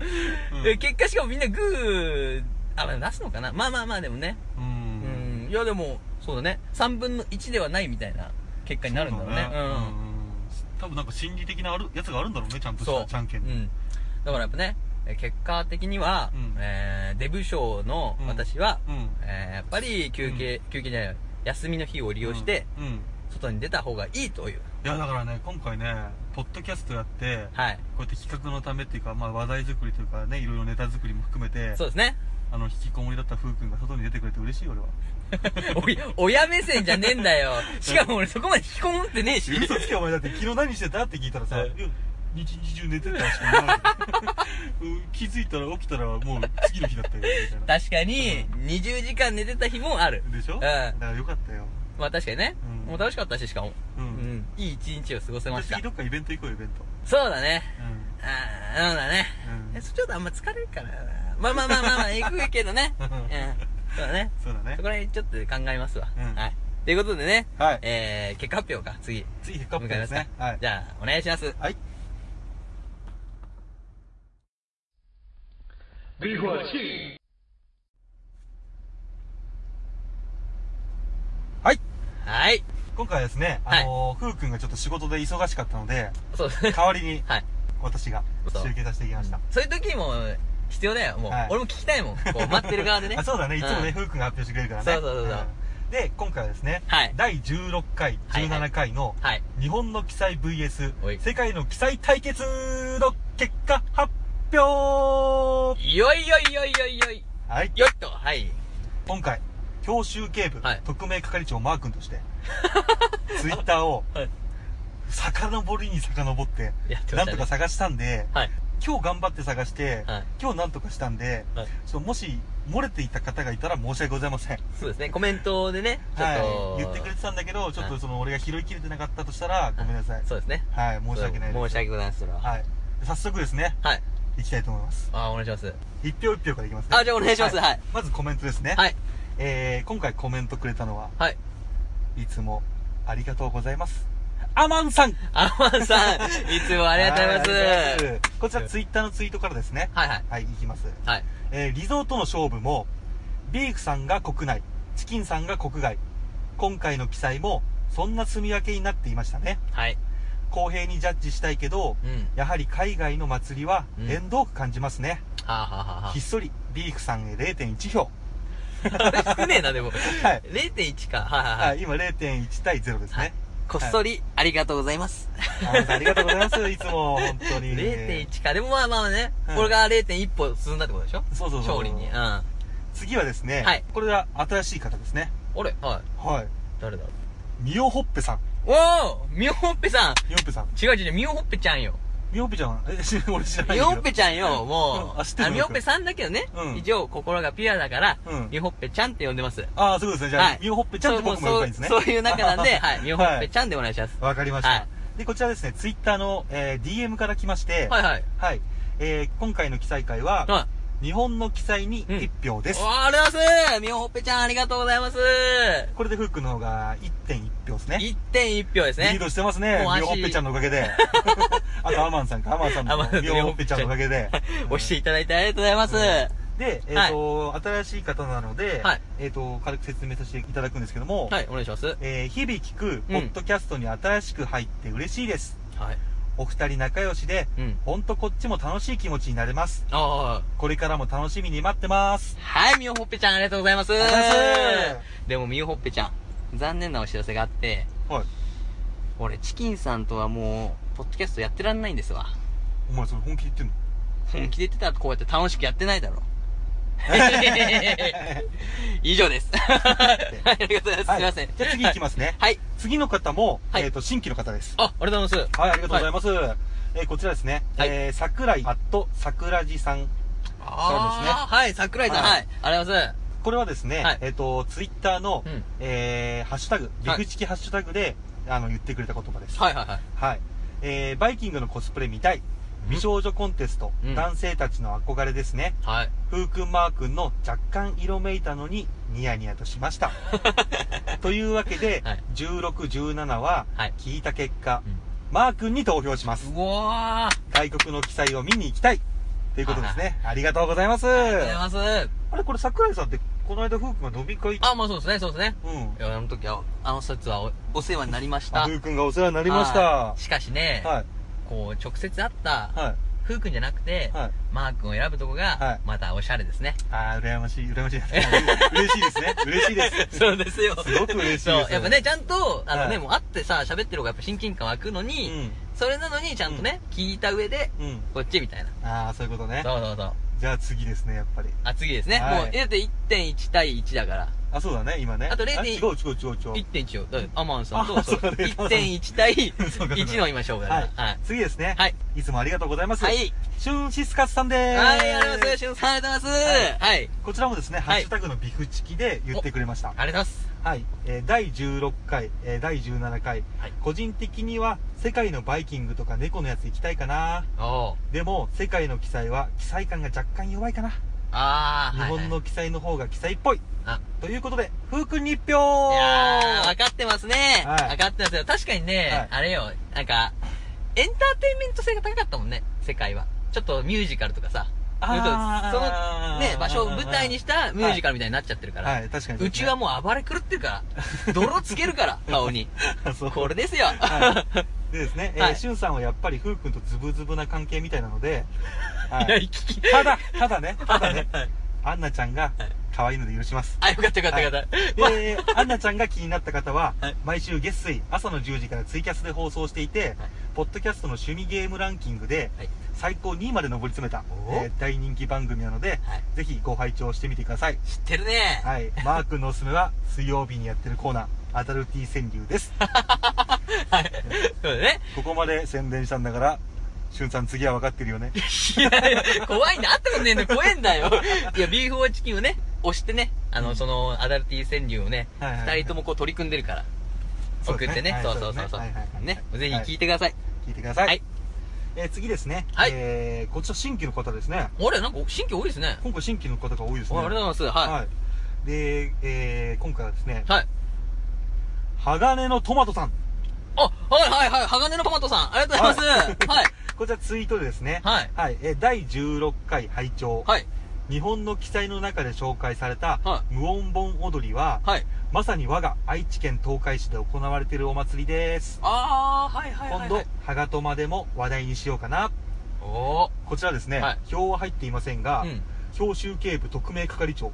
[SPEAKER 4] うん
[SPEAKER 3] え結果しかもみんなグー、あ、まあ出すのかなまあまあまあでもね。
[SPEAKER 4] う
[SPEAKER 3] うんん、いやでも、そうだね、3分の1ではないみたいな結果になるんだろうね。。
[SPEAKER 4] そううん多分なんか心理的なあるやつがあるんだろうねちゃんとし
[SPEAKER 3] そ
[SPEAKER 4] た
[SPEAKER 3] う。
[SPEAKER 4] じゃんけん
[SPEAKER 3] う
[SPEAKER 4] で
[SPEAKER 3] ん。だからやっぱね、え結果的には、
[SPEAKER 4] うん
[SPEAKER 3] えー、デブ賞の私は、
[SPEAKER 4] うん
[SPEAKER 3] えーやっぱり休憩、休憩じゃない、休みの日を利用して、
[SPEAKER 4] うん、うんい
[SPEAKER 3] 外に出た方がいいという。
[SPEAKER 4] やだからね今回ねポッドキャストやって
[SPEAKER 3] はい。
[SPEAKER 4] こうやって企画のためっていうか、まあ、話題作りというかねいろいろネタ作りも含めて
[SPEAKER 3] そうですね。
[SPEAKER 4] あの引きこもりだったふうくんが外に出てくれて嬉
[SPEAKER 3] [LAUGHS]
[SPEAKER 4] しい俺は
[SPEAKER 3] おい、親目線じゃねえんだよ。しかも俺そこまで引きこもってねえし。
[SPEAKER 4] 嘘つけお前だって昨日何してたって聞いたらさ
[SPEAKER 3] はい
[SPEAKER 4] いや一日中寝てたしか言わないうん気づい [LAUGHS] たら起きたらもう次の日だったよみた
[SPEAKER 3] [LAUGHS]
[SPEAKER 4] いな
[SPEAKER 3] 確かに、20時間寝てた日もある。
[SPEAKER 4] でしょ、
[SPEAKER 3] うん
[SPEAKER 4] だからよかったよ
[SPEAKER 3] まあ確かにね。
[SPEAKER 4] うん
[SPEAKER 3] もう楽しかったし、しかも。
[SPEAKER 4] うん、
[SPEAKER 3] うん。いい一日を過ごせ
[SPEAKER 4] じゃ
[SPEAKER 3] ま
[SPEAKER 4] あ
[SPEAKER 3] した
[SPEAKER 4] 次。どっかイベント行こうよイベント
[SPEAKER 3] そうだね。
[SPEAKER 4] う
[SPEAKER 3] ああ、そうだね。
[SPEAKER 4] うん
[SPEAKER 3] えそちょっとあんま疲れるからな。まあまあまあまあ
[SPEAKER 4] [LAUGHS]
[SPEAKER 3] まあ、行くけどね。うんん。そうだね。
[SPEAKER 4] そうだね
[SPEAKER 3] そこら辺ちょっと考えますわ。
[SPEAKER 4] うん
[SPEAKER 3] はい。ということでね、
[SPEAKER 4] はい
[SPEAKER 3] えー、結果発表か、次。
[SPEAKER 4] 次ヘッカップですね
[SPEAKER 3] 迎えますか
[SPEAKER 4] はい
[SPEAKER 3] じゃあ、お願いします。
[SPEAKER 4] はい
[SPEAKER 5] B4C
[SPEAKER 3] はい。
[SPEAKER 4] 今回はですね、あのーふうくんがちょっと仕事で忙しかったので、
[SPEAKER 3] そうですね。
[SPEAKER 4] 代わりに
[SPEAKER 3] はい。
[SPEAKER 4] 私が
[SPEAKER 3] そう
[SPEAKER 4] 集計させていきました。
[SPEAKER 3] そういう時も必要だよ、もう。
[SPEAKER 4] はい
[SPEAKER 3] 俺も聞きたい
[SPEAKER 4] [LAUGHS]。
[SPEAKER 3] もん。こう待ってる側でね
[SPEAKER 4] あそうだね、いつもね、
[SPEAKER 3] うん
[SPEAKER 4] ふうくんが発表してくれるからね。
[SPEAKER 3] そうそうそうそうん
[SPEAKER 4] で、今回はですね、
[SPEAKER 3] はい
[SPEAKER 4] 第16回、
[SPEAKER 3] はいはい
[SPEAKER 4] 17回の、
[SPEAKER 3] はい。
[SPEAKER 4] 日本の記載 VS
[SPEAKER 3] おい
[SPEAKER 4] 世界の記載対決の結果発表
[SPEAKER 3] よいよいよいよいよい。
[SPEAKER 4] はい
[SPEAKER 3] よっと、はい。
[SPEAKER 4] 今回教習警部、
[SPEAKER 3] はい
[SPEAKER 4] 特命係長マー君として
[SPEAKER 3] [LAUGHS]
[SPEAKER 4] ツイッターを
[SPEAKER 3] はい
[SPEAKER 4] 遡りに遡って
[SPEAKER 3] やってま
[SPEAKER 4] な
[SPEAKER 3] したね
[SPEAKER 4] んとか。探したんで
[SPEAKER 3] はい。
[SPEAKER 4] 今日頑張って探して、
[SPEAKER 3] はい
[SPEAKER 4] 今日なんとかしたんで、
[SPEAKER 3] はい
[SPEAKER 4] ちょっともし漏れていた方がいたら申し訳ございません
[SPEAKER 3] そうですね、コメントでね、ちょっと。
[SPEAKER 4] はい、言ってくれてたんだけどちょっとその俺が拾いきれてなかったとしたらごめんなさい
[SPEAKER 3] そうですね。
[SPEAKER 4] はい申し訳ないです
[SPEAKER 3] 申し訳ございません、それは。
[SPEAKER 4] はい早速ですね
[SPEAKER 3] はい。
[SPEAKER 4] いきたいと思います
[SPEAKER 3] あ、お願いします。
[SPEAKER 4] 一票一票からいきますね
[SPEAKER 3] あ、じゃあお願いします。
[SPEAKER 4] は
[SPEAKER 3] はい。
[SPEAKER 4] まずコメントですね、
[SPEAKER 3] はい。
[SPEAKER 4] えー、今回コメントくれたのは
[SPEAKER 3] はい。
[SPEAKER 4] いつもありがとうございますアマンさん
[SPEAKER 3] アマンさん、いつもありがとうございます。
[SPEAKER 4] すこちらツイッターのツイートからですね
[SPEAKER 3] はいはい。
[SPEAKER 4] はいいきます、
[SPEAKER 3] はい。
[SPEAKER 4] えー、リゾートの勝負もビーフさんが国内チキンさんが国外今回の記載もそんな住み分けになっていましたね
[SPEAKER 3] はい。
[SPEAKER 4] 公平にジャッジしたいけど
[SPEAKER 3] うん。
[SPEAKER 4] やはり海外の祭りは
[SPEAKER 3] うん
[SPEAKER 4] 遠遠く感じますね、
[SPEAKER 3] はあ、はあはあは
[SPEAKER 4] ひっそりビーフさんへ0.1票
[SPEAKER 3] あ、少ねえな、でも。
[SPEAKER 4] はい
[SPEAKER 3] 0.1か。はいはい
[SPEAKER 4] は
[SPEAKER 3] はい。
[SPEAKER 4] い、今0.1対0ですね。
[SPEAKER 3] こっそり、ありがとうございます。
[SPEAKER 4] あのさんありがとうござ
[SPEAKER 3] [LAUGHS]
[SPEAKER 4] います、いつも、本当に。
[SPEAKER 3] 0.1か。でもまあまあね、
[SPEAKER 4] うん
[SPEAKER 3] これが0.1歩進んだってことでしょ
[SPEAKER 4] そうそうそう。
[SPEAKER 3] 勝利に。うん。あ
[SPEAKER 4] 次はですね、
[SPEAKER 3] はい
[SPEAKER 4] これは新しい方ですね。
[SPEAKER 3] れはい。
[SPEAKER 4] はい。
[SPEAKER 3] 誰だ
[SPEAKER 4] ミオホッペさん。
[SPEAKER 3] おおミオホッペさん
[SPEAKER 4] ミオホッペさん。
[SPEAKER 3] 違う違う、ミオホッペちゃんよ。
[SPEAKER 4] ミオンペちゃん、え、知ら俺知らない
[SPEAKER 3] ミ
[SPEAKER 4] けど。
[SPEAKER 3] ホッペちゃんよ、も
[SPEAKER 4] うんあ知って
[SPEAKER 3] う。
[SPEAKER 4] る
[SPEAKER 3] あ、ミホッペさんだけどね
[SPEAKER 4] うん。
[SPEAKER 3] 一応、心がピュアだから
[SPEAKER 4] うん、
[SPEAKER 3] ミホッペちゃんって呼んでます。
[SPEAKER 4] ああ、そういうことですね。じゃあ、ミオホッペちゃんって僕も呼べばいいんですね。
[SPEAKER 3] そうそうそういう中なんで、
[SPEAKER 4] [LAUGHS]
[SPEAKER 3] はい、ミホッペち
[SPEAKER 4] ゃ
[SPEAKER 3] ゃんでお願いします。
[SPEAKER 4] ん。わかりました。
[SPEAKER 3] はい
[SPEAKER 4] で、こちらですね、ツイッターの、えー DM から来まして、
[SPEAKER 3] はいはい。
[SPEAKER 4] はい。えー今回の記載会
[SPEAKER 3] は
[SPEAKER 4] は、
[SPEAKER 3] い。
[SPEAKER 4] 日本の記載に1票です。
[SPEAKER 3] おーありがとうございますミホッペちゃんありがとうございます
[SPEAKER 4] これでフックの方が1.1票ですね。
[SPEAKER 3] !1.1 票です
[SPEAKER 4] リ
[SPEAKER 3] ね
[SPEAKER 4] ー。ドしてますね。
[SPEAKER 3] もう
[SPEAKER 4] ミ
[SPEAKER 3] 足
[SPEAKER 4] オホッペちゃんのおかげ
[SPEAKER 3] [LAUGHS]
[SPEAKER 4] で。あと、アマンさんか。アマンさん
[SPEAKER 3] アマンさ
[SPEAKER 4] の
[SPEAKER 3] ん
[SPEAKER 4] ミオホッペちゃんのおかげで。
[SPEAKER 3] 押していただいてありがとうございます。
[SPEAKER 4] で、えっ、と、新しい方なので、
[SPEAKER 3] はい
[SPEAKER 4] えっ、と、軽く説明させていただくんですけども、
[SPEAKER 3] はい、お願いします。
[SPEAKER 4] えー日々聞く、ポッドキャストに新しく入って嬉しいです。
[SPEAKER 3] はい。
[SPEAKER 4] お二人仲良しで、
[SPEAKER 3] うん。
[SPEAKER 4] ほんとこっちも楽しい気持ちになれます。
[SPEAKER 3] ああ。
[SPEAKER 4] これからも楽しみに待ってます。
[SPEAKER 3] はい、ミホッペちゃんありがとうございます
[SPEAKER 4] りがとうございま
[SPEAKER 3] でもミホッペちゃん、残念なお知らせがあって、
[SPEAKER 4] はい。
[SPEAKER 3] 俺、チキンさんとはもう、ポッドキャストやってらんないんですわ。
[SPEAKER 4] お前それ本気で言ってんの
[SPEAKER 3] 本気で言ってたらこうやって楽しくやってないだ
[SPEAKER 4] [LAUGHS]
[SPEAKER 3] ろ。以上です。はい、ありがとうございます。すいません。
[SPEAKER 4] じゃあ次行きますね。
[SPEAKER 3] はい。
[SPEAKER 4] 次の方も、
[SPEAKER 3] はい
[SPEAKER 4] えっ、と、新規の方です。
[SPEAKER 3] あ、ありがとうございます。
[SPEAKER 4] はい、ありがとうございます。えーこちらですね。
[SPEAKER 3] はい
[SPEAKER 4] えー桜井アット桜地さん。
[SPEAKER 3] あーはい、桜井さん。
[SPEAKER 4] はい
[SPEAKER 3] はい、ありがとうございます。
[SPEAKER 4] これはですね、
[SPEAKER 3] はい
[SPEAKER 4] えっ、と、ツイッターの、
[SPEAKER 3] うん
[SPEAKER 4] えーハッシュタグ、ビフチキハッシュタグで、あの、言ってくれた言葉です。
[SPEAKER 3] はいはいはい。
[SPEAKER 4] はい。えーバイキングのコスプレ見たい。美少女コンテスト、
[SPEAKER 3] うん
[SPEAKER 4] 男性たちの憧れですね。
[SPEAKER 3] はい。
[SPEAKER 4] ふうくんマーくんの若干色めいたのにニヤニヤとし
[SPEAKER 3] [LAUGHS]
[SPEAKER 4] ました。というわけで、
[SPEAKER 3] はい
[SPEAKER 4] 16、17は
[SPEAKER 3] はい
[SPEAKER 4] 聞いた結果、
[SPEAKER 3] うん
[SPEAKER 4] マーくんに投票します。
[SPEAKER 3] うわー。あ
[SPEAKER 4] 外国の記載を見に行きたい。ということですね。ありがとうございます。
[SPEAKER 3] りがとうござい
[SPEAKER 4] あ
[SPEAKER 3] ます。
[SPEAKER 4] れこれ桜井さんって、この間ふうくんが飲み会、
[SPEAKER 3] あ、まあそうですね、そうですね。
[SPEAKER 4] うん
[SPEAKER 3] い。や、あの時は、あの説はおお世話になりました。
[SPEAKER 4] あふうくんがお世話になりました。は
[SPEAKER 3] はいしかしね
[SPEAKER 4] い。、はい。
[SPEAKER 3] こう、直接会った、
[SPEAKER 4] はい。
[SPEAKER 3] ふうくんじゃなくて、マー君を選ぶとこ
[SPEAKER 4] は
[SPEAKER 3] が
[SPEAKER 4] い、
[SPEAKER 3] またおしゃれですね。
[SPEAKER 4] ああ、羨ましい、羨ましい。 [LAUGHS] 嬉しいですね。嬉しいで
[SPEAKER 3] [LAUGHS]
[SPEAKER 4] す。
[SPEAKER 3] そうですよ。
[SPEAKER 4] すごく嬉しいです
[SPEAKER 3] そう、やっぱね、ちゃんと、あの
[SPEAKER 4] は
[SPEAKER 3] ね、
[SPEAKER 4] い
[SPEAKER 3] もう会ってさ、喋ってる方がやっぱ親近感湧くの
[SPEAKER 4] う
[SPEAKER 3] に、
[SPEAKER 4] ん。
[SPEAKER 3] それなのにちゃんとね、聞いた上で、
[SPEAKER 4] うん。
[SPEAKER 3] こっちみたいな。
[SPEAKER 4] ああ、そういうことね。
[SPEAKER 3] そうそうそう。
[SPEAKER 4] じゃあ次ですね、やっぱり。
[SPEAKER 3] あ、次ですね。
[SPEAKER 4] はい
[SPEAKER 3] もう、だって1.1対1だから。
[SPEAKER 4] あ、そうだね、今ね。
[SPEAKER 3] あと0.1
[SPEAKER 4] 違う違う違う違う。
[SPEAKER 3] 1.1を、だからアマンさんと、
[SPEAKER 4] あ
[SPEAKER 3] そう
[SPEAKER 4] そうだね
[SPEAKER 3] 1.1対
[SPEAKER 4] そうか
[SPEAKER 3] 1の今勝負だ
[SPEAKER 4] は
[SPEAKER 3] か
[SPEAKER 4] い
[SPEAKER 3] ら。はい。
[SPEAKER 4] 次ですね。
[SPEAKER 3] はい。
[SPEAKER 4] いつもありがとうございます。
[SPEAKER 3] はい。はい。
[SPEAKER 4] シュンシスカスさんでーす。
[SPEAKER 3] ありがとうございます。しゅんさん、ありがとうございます。はい。
[SPEAKER 4] こちらもですね、ハッシュタグのビフチキで言ってくれました。
[SPEAKER 3] ありがとうございます。
[SPEAKER 4] はい。えー第16回、えー第17回、
[SPEAKER 3] はい
[SPEAKER 4] 個人的には世界のバイキングとか猫のやつ行きたいかな。
[SPEAKER 3] おー。
[SPEAKER 4] でも、世界の記載は記載感が若干弱いかな。
[SPEAKER 3] あー。
[SPEAKER 4] 日
[SPEAKER 3] はいはい
[SPEAKER 4] 本の記載の方が記載っぽい。
[SPEAKER 3] あ
[SPEAKER 4] ということで、ふうくんに一票
[SPEAKER 3] いやー、分かってますね。
[SPEAKER 4] はい
[SPEAKER 3] 分かってますよ。確かにね、
[SPEAKER 4] は
[SPEAKER 3] あれよ、なんか、エンターテインメント性が高かったもんね、世界は。ちょっとミュージカルとかさ。
[SPEAKER 4] あー
[SPEAKER 3] その、ね、場所を舞台にしたミュージカルみたいになっちゃってるから。
[SPEAKER 4] はい、確かに。
[SPEAKER 3] うちはもう暴れ狂ってるから。泥つけるから、顔に。
[SPEAKER 4] う、そう
[SPEAKER 3] これですよ。
[SPEAKER 4] はい、でですね、え
[SPEAKER 3] は
[SPEAKER 4] ー、
[SPEAKER 3] い
[SPEAKER 4] しゅんさんはやっぱりふうくんとズブズブな関係みたいなの
[SPEAKER 3] [LAUGHS]
[SPEAKER 4] で、はい
[SPEAKER 3] や、聞き。
[SPEAKER 4] ただ、ただね、ただね、アンナちゃんが可愛いので許します。
[SPEAKER 3] あ、よかったよかったよかった。
[SPEAKER 4] で、アンナちゃんが気になった方は、
[SPEAKER 3] はい
[SPEAKER 4] 毎週月水朝の10時からツイキャスで放送していて、ポッドキャストの趣味ゲームランキングで、
[SPEAKER 3] はい
[SPEAKER 4] 最高2位まで上り詰めた、
[SPEAKER 3] お
[SPEAKER 4] えー大人気番組なので、
[SPEAKER 3] はい
[SPEAKER 4] ぜひご拝聴してみてください。
[SPEAKER 3] 知ってるね。
[SPEAKER 4] はい、マー君のおすすめは水曜日にやってるコーナー、アダルティ川柳です。
[SPEAKER 3] はい。そうだね。
[SPEAKER 4] ここまで宣伝したんだから、しゅんさん次は分かってるよね。
[SPEAKER 3] いやいや、怖いんだ。会ったことねえんだ。怖えんだよ。いや、ビーフォーチキンをね、押してね、あの、その、アダルティ川柳をね、
[SPEAKER 4] はいはいはい
[SPEAKER 3] 二人ともこう取り組んでるから、
[SPEAKER 4] そう
[SPEAKER 3] 送
[SPEAKER 4] ですね
[SPEAKER 3] ってね
[SPEAKER 4] は。い
[SPEAKER 3] そうそうそう。
[SPEAKER 4] そ
[SPEAKER 3] そうう
[SPEAKER 4] ですねはいはいはい
[SPEAKER 3] ね。ぜひ
[SPEAKER 4] はい
[SPEAKER 3] 聞いてください。
[SPEAKER 4] 聞いてください。
[SPEAKER 3] はい。
[SPEAKER 4] えー次ですね。
[SPEAKER 3] はい
[SPEAKER 4] えーこっちの新規の方ですね。
[SPEAKER 3] あれなんか、新規多いですね。
[SPEAKER 4] 今回新規の方が多いですね。
[SPEAKER 3] あありがとうございます。は
[SPEAKER 4] はい。で、えー今回はですね
[SPEAKER 3] い。、はい。
[SPEAKER 4] 鋼のトマトさん。
[SPEAKER 3] あ、はいはいはい。鋼のトマトさん。ありがとうございます。はい。
[SPEAKER 4] こちらツイートでですね。
[SPEAKER 3] はい。
[SPEAKER 4] はい。えー第16回拝聴。
[SPEAKER 3] はい。
[SPEAKER 4] 日本の記載の中で紹介された、
[SPEAKER 3] は
[SPEAKER 4] 無音盆踊りは、
[SPEAKER 3] はい。
[SPEAKER 4] まさに我が愛知県東海市で行われているお祭りです。
[SPEAKER 3] あー、はいはいはい。
[SPEAKER 4] 今度、ハガトマでも話題にしようかな。
[SPEAKER 3] 度。お
[SPEAKER 4] こちらですね、
[SPEAKER 3] はい
[SPEAKER 4] 表は入っていませんが、
[SPEAKER 3] ー。うん。
[SPEAKER 4] 表集警部特命係長、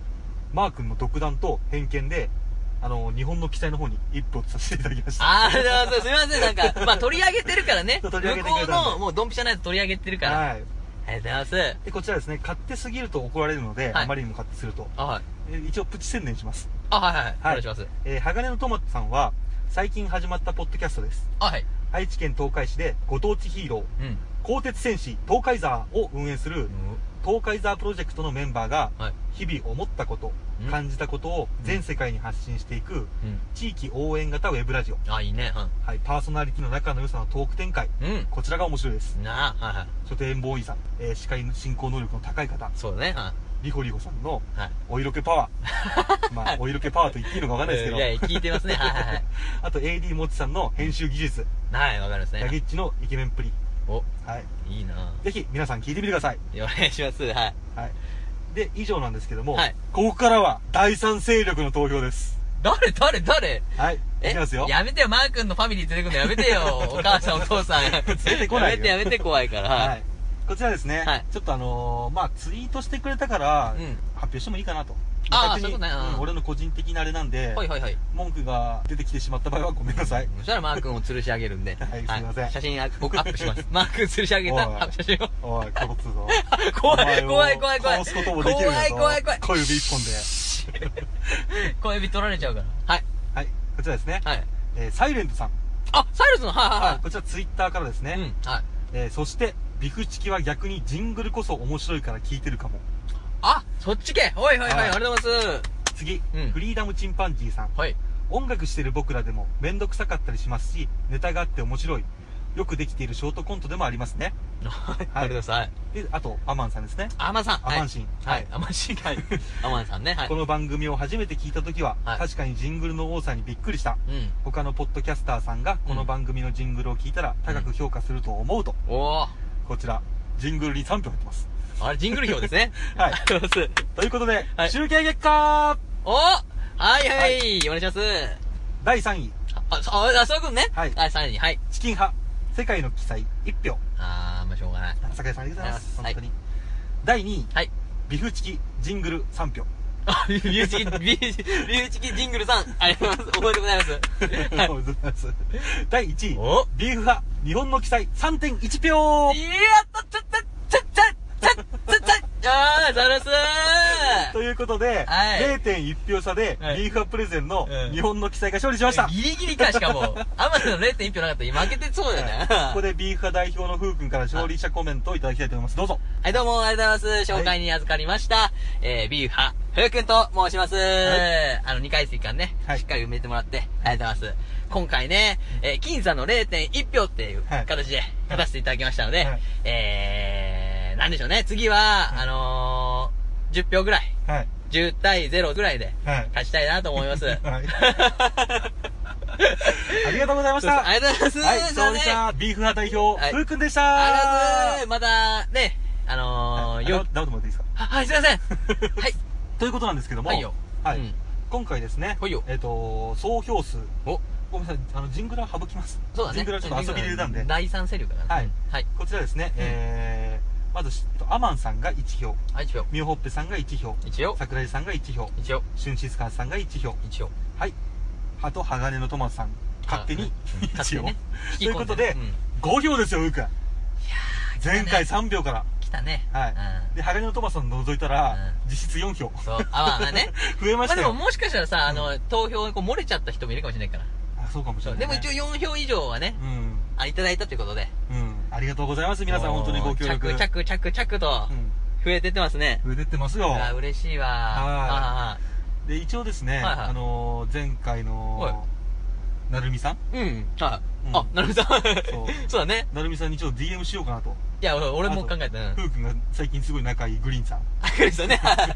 [SPEAKER 4] マー君の独断と偏見で、あの、日本の記載の方に一歩させていただきました。
[SPEAKER 3] あー、あそうすみません。なん
[SPEAKER 4] [LAUGHS]
[SPEAKER 3] か、まあ取り上げてるからね。向
[SPEAKER 4] そ
[SPEAKER 3] こ
[SPEAKER 4] う取り上げてくれたん
[SPEAKER 3] う
[SPEAKER 4] で
[SPEAKER 3] の、もうドンピシャなやつ取り上げてるから。
[SPEAKER 4] はい。
[SPEAKER 3] ありがとうございます。
[SPEAKER 4] で、こちらですね、勝手すぎると怒られるので、
[SPEAKER 3] はい
[SPEAKER 4] あまりにも勝手すると。
[SPEAKER 3] あ、はい。
[SPEAKER 4] え一応、プチ宣伝します。
[SPEAKER 3] あ、はいはい。お
[SPEAKER 4] はい
[SPEAKER 3] 願いします。
[SPEAKER 4] えー鋼のトマトさんは、最近始まったポッドキャストです。
[SPEAKER 3] あ、はい。
[SPEAKER 4] 愛知県東海市でご当地ヒーロー、
[SPEAKER 3] うん。
[SPEAKER 4] 鋼鉄戦士東海ザーを運営する東海ザープロジェクトのメンバーが
[SPEAKER 2] はい
[SPEAKER 4] 日々思ったこと
[SPEAKER 2] うん
[SPEAKER 4] 感じたことを全世界に発信していく
[SPEAKER 2] うん
[SPEAKER 4] 地域応援型ウェブラジオ、
[SPEAKER 2] あいいね
[SPEAKER 4] はい、パーソナリティの仲の良さのトーク展開
[SPEAKER 2] うん、う
[SPEAKER 4] こちらが面白いです
[SPEAKER 2] ん、なあはいはい
[SPEAKER 4] 書店ボーイさん、えー司会の進行能力の高い方
[SPEAKER 2] そうだねは
[SPEAKER 4] リホリホさんの
[SPEAKER 2] いはい
[SPEAKER 4] お色気パワー [LAUGHS] まあお色気パワーと言っていいのかわかんないですけど
[SPEAKER 2] いやいや聞いてますねはいはいはい
[SPEAKER 4] あと AD もちさんの編集技術
[SPEAKER 2] はいわかります
[SPEAKER 4] ヤギ
[SPEAKER 2] ね
[SPEAKER 4] ッチのイケメンっぷり
[SPEAKER 2] お
[SPEAKER 4] はい
[SPEAKER 2] いいな
[SPEAKER 4] ぜひ皆さん聞いてみてください
[SPEAKER 2] お願いしますはい
[SPEAKER 4] はいで以上なんですけども、
[SPEAKER 2] はい
[SPEAKER 4] ここからは第三勢力の投票です
[SPEAKER 3] 誰誰誰
[SPEAKER 4] はいいきますよ
[SPEAKER 3] やめてよ、マー君のファミリー連れてくのやめてよ。
[SPEAKER 4] [LAUGHS]
[SPEAKER 3] お母さん、お父さん。
[SPEAKER 4] 出てこ
[SPEAKER 3] や
[SPEAKER 4] ないよ
[SPEAKER 3] めてやめて、怖いから。
[SPEAKER 4] はいこちらですね、
[SPEAKER 3] はい
[SPEAKER 4] ちょっとあのーまあツイートしてくれたから、
[SPEAKER 3] うん
[SPEAKER 4] 発表してもいいかなと
[SPEAKER 3] あー
[SPEAKER 4] 勝手に
[SPEAKER 3] そういうことねうん
[SPEAKER 4] ん俺の個人的なあれなんで、
[SPEAKER 3] はいはいはい。
[SPEAKER 4] 文句が出てきてしまった場合はごめんなさい
[SPEAKER 3] そしたらマー君を吊るし上げるんで。
[SPEAKER 4] はいすいません
[SPEAKER 3] 写真あ僕アップし
[SPEAKER 4] [LAUGHS]
[SPEAKER 3] ます。マー君吊るし上げた
[SPEAKER 4] おい
[SPEAKER 3] あ写真を。
[SPEAKER 4] おい殺
[SPEAKER 3] [LAUGHS]
[SPEAKER 4] すぞ
[SPEAKER 3] 怖
[SPEAKER 4] お前
[SPEAKER 3] い、
[SPEAKER 4] を
[SPEAKER 3] 怖い、怖い、怖い。
[SPEAKER 4] 殺すこともできるんだ
[SPEAKER 3] 怖
[SPEAKER 4] ぞ
[SPEAKER 3] い、怖い、怖い。
[SPEAKER 4] 小指一本で
[SPEAKER 3] 小指取られちゃうから。はい。
[SPEAKER 4] はいこちらですね、
[SPEAKER 3] はい。
[SPEAKER 4] えーサイレントさん、
[SPEAKER 3] あ、サイルスの、はいはい
[SPEAKER 4] はい、こちらツイッターからですね、
[SPEAKER 3] はい。うん。はい。
[SPEAKER 4] えーそしてビフチキは逆にジングルこそ面白いから聞いてるかも
[SPEAKER 3] あ、そっち系おいおいおい、
[SPEAKER 4] はい
[SPEAKER 3] ありがとうございます。
[SPEAKER 4] 次、
[SPEAKER 3] うん
[SPEAKER 4] フリーダムチンパンジーさん
[SPEAKER 3] はい。
[SPEAKER 4] 音楽してる僕らでもめんどくさかったりしますしネタがあって面白いよくできているショートコントでもありますね
[SPEAKER 3] ありがとうございますはい。
[SPEAKER 4] であとアマンさんですね
[SPEAKER 3] アマンさん。
[SPEAKER 4] アマンシン
[SPEAKER 3] は
[SPEAKER 4] はいい。
[SPEAKER 3] アマンシン。はい。アマンさんね。はい
[SPEAKER 4] こ。の番組を初めて聞いた時は、
[SPEAKER 3] はい
[SPEAKER 4] 確かにジングルの多さにびっくりした
[SPEAKER 3] うん。
[SPEAKER 4] 他のポッドキャスターさんがこの番組のジングルを聞いたら高く評価すると思うと、
[SPEAKER 3] おー。
[SPEAKER 4] こちらジングルに3票入ってます
[SPEAKER 3] あれ、ジングル表ですね。
[SPEAKER 4] [LAUGHS] はい
[SPEAKER 3] ありがとうございます。
[SPEAKER 4] ということで、
[SPEAKER 3] はい
[SPEAKER 4] 集計結果
[SPEAKER 3] おはいは、
[SPEAKER 4] はい
[SPEAKER 3] お願いします。
[SPEAKER 4] 第3位
[SPEAKER 3] あ、そあ、あそういうことね。
[SPEAKER 4] はい
[SPEAKER 3] あ、3位に、はい。
[SPEAKER 4] チキン派世界の記載1票
[SPEAKER 3] あー、まあしょうがない。
[SPEAKER 4] 坂井さんありがとうございます、
[SPEAKER 3] はい
[SPEAKER 4] 本当に第2位、
[SPEAKER 3] はい
[SPEAKER 4] ビフチキジングル3票
[SPEAKER 3] あ、ビューチキ、ビューチキ、ビューチキジングルさん、ありがとうございます。おめでとうございます。はい
[SPEAKER 4] おめでとうございます第1位
[SPEAKER 3] お
[SPEAKER 4] ビーフ派日本の記載3.1票
[SPEAKER 3] いやったちゃったちゃったちゃったちゃったあー、ザラス
[SPEAKER 4] ということで、
[SPEAKER 3] はい
[SPEAKER 4] 0.1票差で、
[SPEAKER 3] はい
[SPEAKER 4] ビーフ派プレゼンの
[SPEAKER 3] うん
[SPEAKER 4] 日本の記載が勝利しました、
[SPEAKER 3] ギリギリか、しかも。アマゾンの0.1票なかったら負けてそうだよね。
[SPEAKER 4] [LAUGHS] ここでビーフ派代表のふうくんから勝利者コメントをいただきたいと思いますどうぞ
[SPEAKER 3] はい、どうも、ありがとうございます。紹介に預かりました。えー、ビーフ派、ふうくんと申します。あの、2回水間ね、
[SPEAKER 4] はい
[SPEAKER 3] しっかり埋めてもらって、ありがとうございます。今回ね、えー、僅差の0.1票っていう
[SPEAKER 4] はい
[SPEAKER 3] 形で勝たせていただきましたので、
[SPEAKER 4] はい
[SPEAKER 3] えー、なんでしょうね、次は、あのー、10票ぐらい、
[SPEAKER 4] はい
[SPEAKER 3] 10対0ぐらいで、
[SPEAKER 4] はい
[SPEAKER 3] 勝ちたいなと思います。
[SPEAKER 4] はい
[SPEAKER 3] [LAUGHS]
[SPEAKER 4] ありがとうございまし
[SPEAKER 3] そうそう
[SPEAKER 4] た
[SPEAKER 3] ありがとうございます。
[SPEAKER 4] はい、
[SPEAKER 3] すいません
[SPEAKER 4] 勝利者ビーフ派代表、
[SPEAKER 3] はい
[SPEAKER 4] ふうくんでし
[SPEAKER 3] ありがとうございま
[SPEAKER 4] た
[SPEAKER 3] す。また、ね、あのー、
[SPEAKER 4] はい
[SPEAKER 3] よ、
[SPEAKER 4] ダウトもらっていいですか
[SPEAKER 3] あはい、すいませ
[SPEAKER 4] [LAUGHS]
[SPEAKER 3] ん。はい、
[SPEAKER 4] ということなんですけども、
[SPEAKER 3] はいよ。
[SPEAKER 4] はい
[SPEAKER 3] うん
[SPEAKER 4] 今回ですね、
[SPEAKER 3] はいよ
[SPEAKER 4] えっ、と、総票数、
[SPEAKER 3] お
[SPEAKER 4] ごめんなさい、あの、ジングルは省きます。
[SPEAKER 3] そうだね。
[SPEAKER 4] ジングルはちょっと遊びで入れたんで、
[SPEAKER 3] 第三勢力だからね。はい。
[SPEAKER 4] こちらですね、えー、まず、えっとアマンさんが1票、
[SPEAKER 3] はい。一応。
[SPEAKER 4] ミューホッペさんが1票、
[SPEAKER 3] 一応。
[SPEAKER 4] 桜井さんが1票、
[SPEAKER 3] 一応。
[SPEAKER 4] シュンシスカーさんが1票、
[SPEAKER 3] 一応。
[SPEAKER 4] はい、あと、鋼のトマトさん、勝手に1
[SPEAKER 3] 勝手に
[SPEAKER 4] 票
[SPEAKER 3] ね。。
[SPEAKER 4] ということで
[SPEAKER 3] 引き込んね
[SPEAKER 4] 5票ですよ、ウーくん。
[SPEAKER 3] うん
[SPEAKER 4] 前回3票から。
[SPEAKER 3] 来たね。
[SPEAKER 4] はい
[SPEAKER 3] うん
[SPEAKER 4] で、鋼のトマトさん除いたら、
[SPEAKER 3] う
[SPEAKER 4] 実質4票。 [LAUGHS]
[SPEAKER 3] そう。あ、まあね。
[SPEAKER 4] 増え
[SPEAKER 3] ま
[SPEAKER 4] まし
[SPEAKER 3] あ
[SPEAKER 4] た
[SPEAKER 3] で
[SPEAKER 4] よ。
[SPEAKER 3] ももしかしたらさ、あの、投票にこう漏れちゃった人もいるかもしれないから。
[SPEAKER 4] あ、そうかもし
[SPEAKER 3] そ
[SPEAKER 4] れ
[SPEAKER 3] う。
[SPEAKER 4] ない、ね。
[SPEAKER 3] でも一応4票以上はね、
[SPEAKER 4] うん。
[SPEAKER 3] あ、いただいたということで。
[SPEAKER 4] うん、ありがとうございます皆さん
[SPEAKER 3] もう
[SPEAKER 4] 本当にご協力
[SPEAKER 3] 着々着々と
[SPEAKER 4] うん
[SPEAKER 3] 増えてってますね。
[SPEAKER 4] 増えてってますよ
[SPEAKER 3] あ、嬉しいわ。あ
[SPEAKER 4] で一応ですね、
[SPEAKER 3] いはい
[SPEAKER 4] あのー前回のなるみさん
[SPEAKER 3] あ。うん。あ
[SPEAKER 4] う、ん
[SPEAKER 3] あ、なるほど。
[SPEAKER 4] う
[SPEAKER 3] [LAUGHS] そうだね。
[SPEAKER 4] なるみさんにちょっと DM しようかなと
[SPEAKER 3] いや、俺も考えた。うん
[SPEAKER 4] ふうくんが最近すごい仲いいグリーンさん
[SPEAKER 3] あ、そうですよね。
[SPEAKER 4] [LAUGHS]
[SPEAKER 3] はい。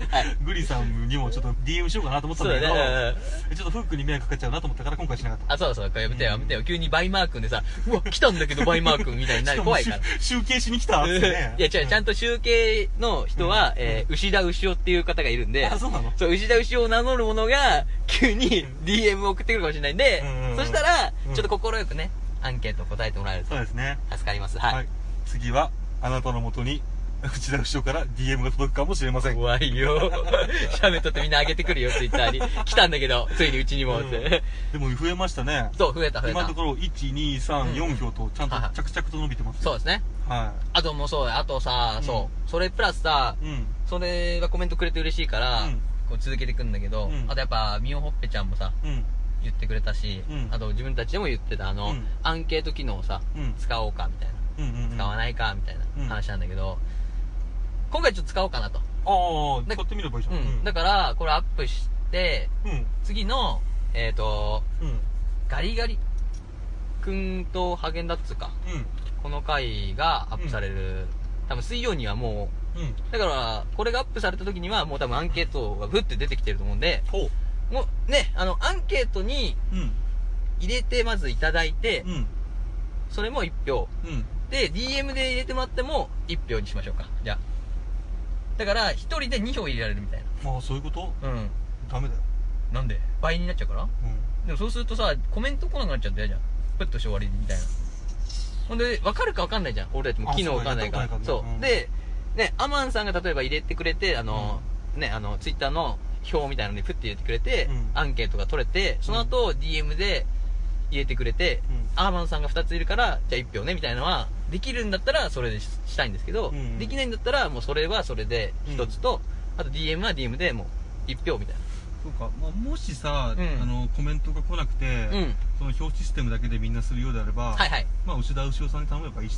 [SPEAKER 4] グリーンさんにもちょっと DM しようかなと思った
[SPEAKER 3] そ
[SPEAKER 4] ん
[SPEAKER 3] う
[SPEAKER 4] だけど
[SPEAKER 3] だね。
[SPEAKER 4] ちょっとふうくんに迷惑かかっちゃうなと思ったから今回しなかった
[SPEAKER 3] あ、そうそう、これやめてよ、
[SPEAKER 4] うん
[SPEAKER 3] やめてよ。急にバイマー君でさ、うわ、来たんだけどバイマー君みたいになる。怖いから。
[SPEAKER 4] しも集計しに来たっ
[SPEAKER 3] う
[SPEAKER 4] て
[SPEAKER 3] ん
[SPEAKER 4] ね
[SPEAKER 3] いや、違う、ちゃん
[SPEAKER 4] と
[SPEAKER 3] と集計の人は、えー、牛田牛尾っていう方がいるんで
[SPEAKER 4] あ、そうなの
[SPEAKER 3] そう、牛田牛尾を名乗る者が、急に DM を送ってくるかもしれないんで
[SPEAKER 4] うんうんう、ん
[SPEAKER 3] そしたら、
[SPEAKER 4] うん
[SPEAKER 3] ちょっと快くね、アンケート答えてもらえると
[SPEAKER 4] そうですね
[SPEAKER 3] 助かります。
[SPEAKER 4] はい、
[SPEAKER 3] はい。
[SPEAKER 4] 次はあなたのもとに内田不長から DM が届くかもしれません
[SPEAKER 3] 怖い
[SPEAKER 4] [LAUGHS]
[SPEAKER 3] よ。喋っとってみんな上げてくるよ、ツイッターに。来たんだけど、ついにうちにも、っ
[SPEAKER 4] うん
[SPEAKER 3] て。
[SPEAKER 4] でも増えましたね
[SPEAKER 3] そう、増えた、増え
[SPEAKER 4] 今の
[SPEAKER 3] た
[SPEAKER 4] と。ころ1234票とちゃんと
[SPEAKER 3] はいはい
[SPEAKER 4] 着々と伸びてます
[SPEAKER 3] そうですね。
[SPEAKER 4] は
[SPEAKER 3] あともうそう、あとさ
[SPEAKER 4] う、ん
[SPEAKER 3] そう。それプラスさ、
[SPEAKER 4] いうん
[SPEAKER 3] それがコメントくれて嬉しいから、
[SPEAKER 4] うん
[SPEAKER 3] こう続けていくんだけど、
[SPEAKER 4] うん
[SPEAKER 3] あとやっぱみおほっぺちゃんもさ
[SPEAKER 4] うん
[SPEAKER 3] 言ってくれたし、
[SPEAKER 4] うん
[SPEAKER 3] あと自分たちでも言ってたあの、
[SPEAKER 4] うん
[SPEAKER 3] アンケート機能をさ
[SPEAKER 4] うん
[SPEAKER 3] 使おうかみたいな
[SPEAKER 4] うんうん
[SPEAKER 3] 使わないかみたい
[SPEAKER 4] うん
[SPEAKER 3] な話なんだけど、今回ちょっと使おうかなと、
[SPEAKER 4] ああ
[SPEAKER 3] だ
[SPEAKER 4] 使ってみればいいじゃ
[SPEAKER 3] うんんだからこれアップして
[SPEAKER 4] うん
[SPEAKER 3] 次のえっ、と
[SPEAKER 4] うん
[SPEAKER 3] ガリガリくんとハーゲンダッツかこの回がアップされる、多分水曜にはも
[SPEAKER 4] うんうん
[SPEAKER 3] うだからこれがアップされた時にはもう多分アンケートがグッて出てきてると思うんで
[SPEAKER 4] ほう
[SPEAKER 3] もうねあのアンケートに
[SPEAKER 4] うん
[SPEAKER 3] 入れてまずいただいて、
[SPEAKER 4] うん
[SPEAKER 3] それも1票
[SPEAKER 4] うん
[SPEAKER 3] で DM で入れてもらっても1票にしましょうかじゃあだから1人で2票入れられるみたい
[SPEAKER 4] まあそういうこと
[SPEAKER 3] なうん
[SPEAKER 4] ダメだよ
[SPEAKER 3] なんで倍になっちゃうから
[SPEAKER 4] う
[SPEAKER 3] でもそうするとさコメント来なくなっちゃって嫌じゃんプッとして終わりみたいなほんで分かるか分かんないじゃん俺たちも
[SPEAKER 4] あ
[SPEAKER 3] 機能分かんないから
[SPEAKER 4] そうだね
[SPEAKER 3] そう
[SPEAKER 4] やったことないからねうん
[SPEAKER 3] でねアマンさんが例えば入れてくれてあの、ねあのツイッターの表みたいなのにプッて入れてくれて、
[SPEAKER 4] うん
[SPEAKER 3] アンケートが取れてその後 DM で入れてくれて、
[SPEAKER 4] うん
[SPEAKER 3] アーマンさんが2ついるからじゃあ1票ねみたいなのはできるんだったらそれでししたいんですけど、
[SPEAKER 4] うん
[SPEAKER 3] できないんだったらもうそれはそれで1つと、あと DM は DM でもう1票みたい
[SPEAKER 4] そうか、まあ、もしさ、
[SPEAKER 3] うん
[SPEAKER 4] あのコメントが来なくて、
[SPEAKER 3] なうん
[SPEAKER 4] その表システムだけでみんなするようであれば、
[SPEAKER 3] はいはい
[SPEAKER 4] まあ牛田牛尾さんに頼めばいいしっ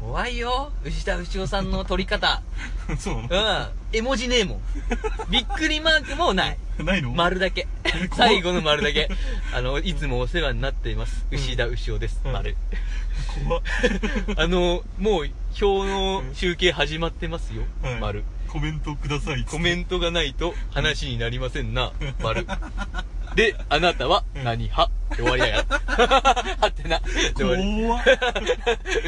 [SPEAKER 3] 怖いよ牛田牛尾さんの取り方
[SPEAKER 4] て [LAUGHS] そう
[SPEAKER 3] う
[SPEAKER 4] な
[SPEAKER 3] ん絵文字ねえもんびっくりマークもない
[SPEAKER 4] のないの
[SPEAKER 3] 丸だけ
[SPEAKER 4] [LAUGHS] え怖っ
[SPEAKER 3] 最後の丸だけあのいつもお世話になっています牛田牛尾です、
[SPEAKER 4] うん
[SPEAKER 3] 丸
[SPEAKER 4] 怖っ
[SPEAKER 3] [LAUGHS] あのもう表の集計始まってますよ、
[SPEAKER 4] はい
[SPEAKER 3] 丸
[SPEAKER 4] コメントください
[SPEAKER 3] コメ
[SPEAKER 4] ン
[SPEAKER 3] ントがないと話になりませんな、丸。で、あなたは何派って終わりだよ。
[SPEAKER 4] [LAUGHS]
[SPEAKER 3] [LAUGHS] はってな。で終わり。
[SPEAKER 4] 怖っ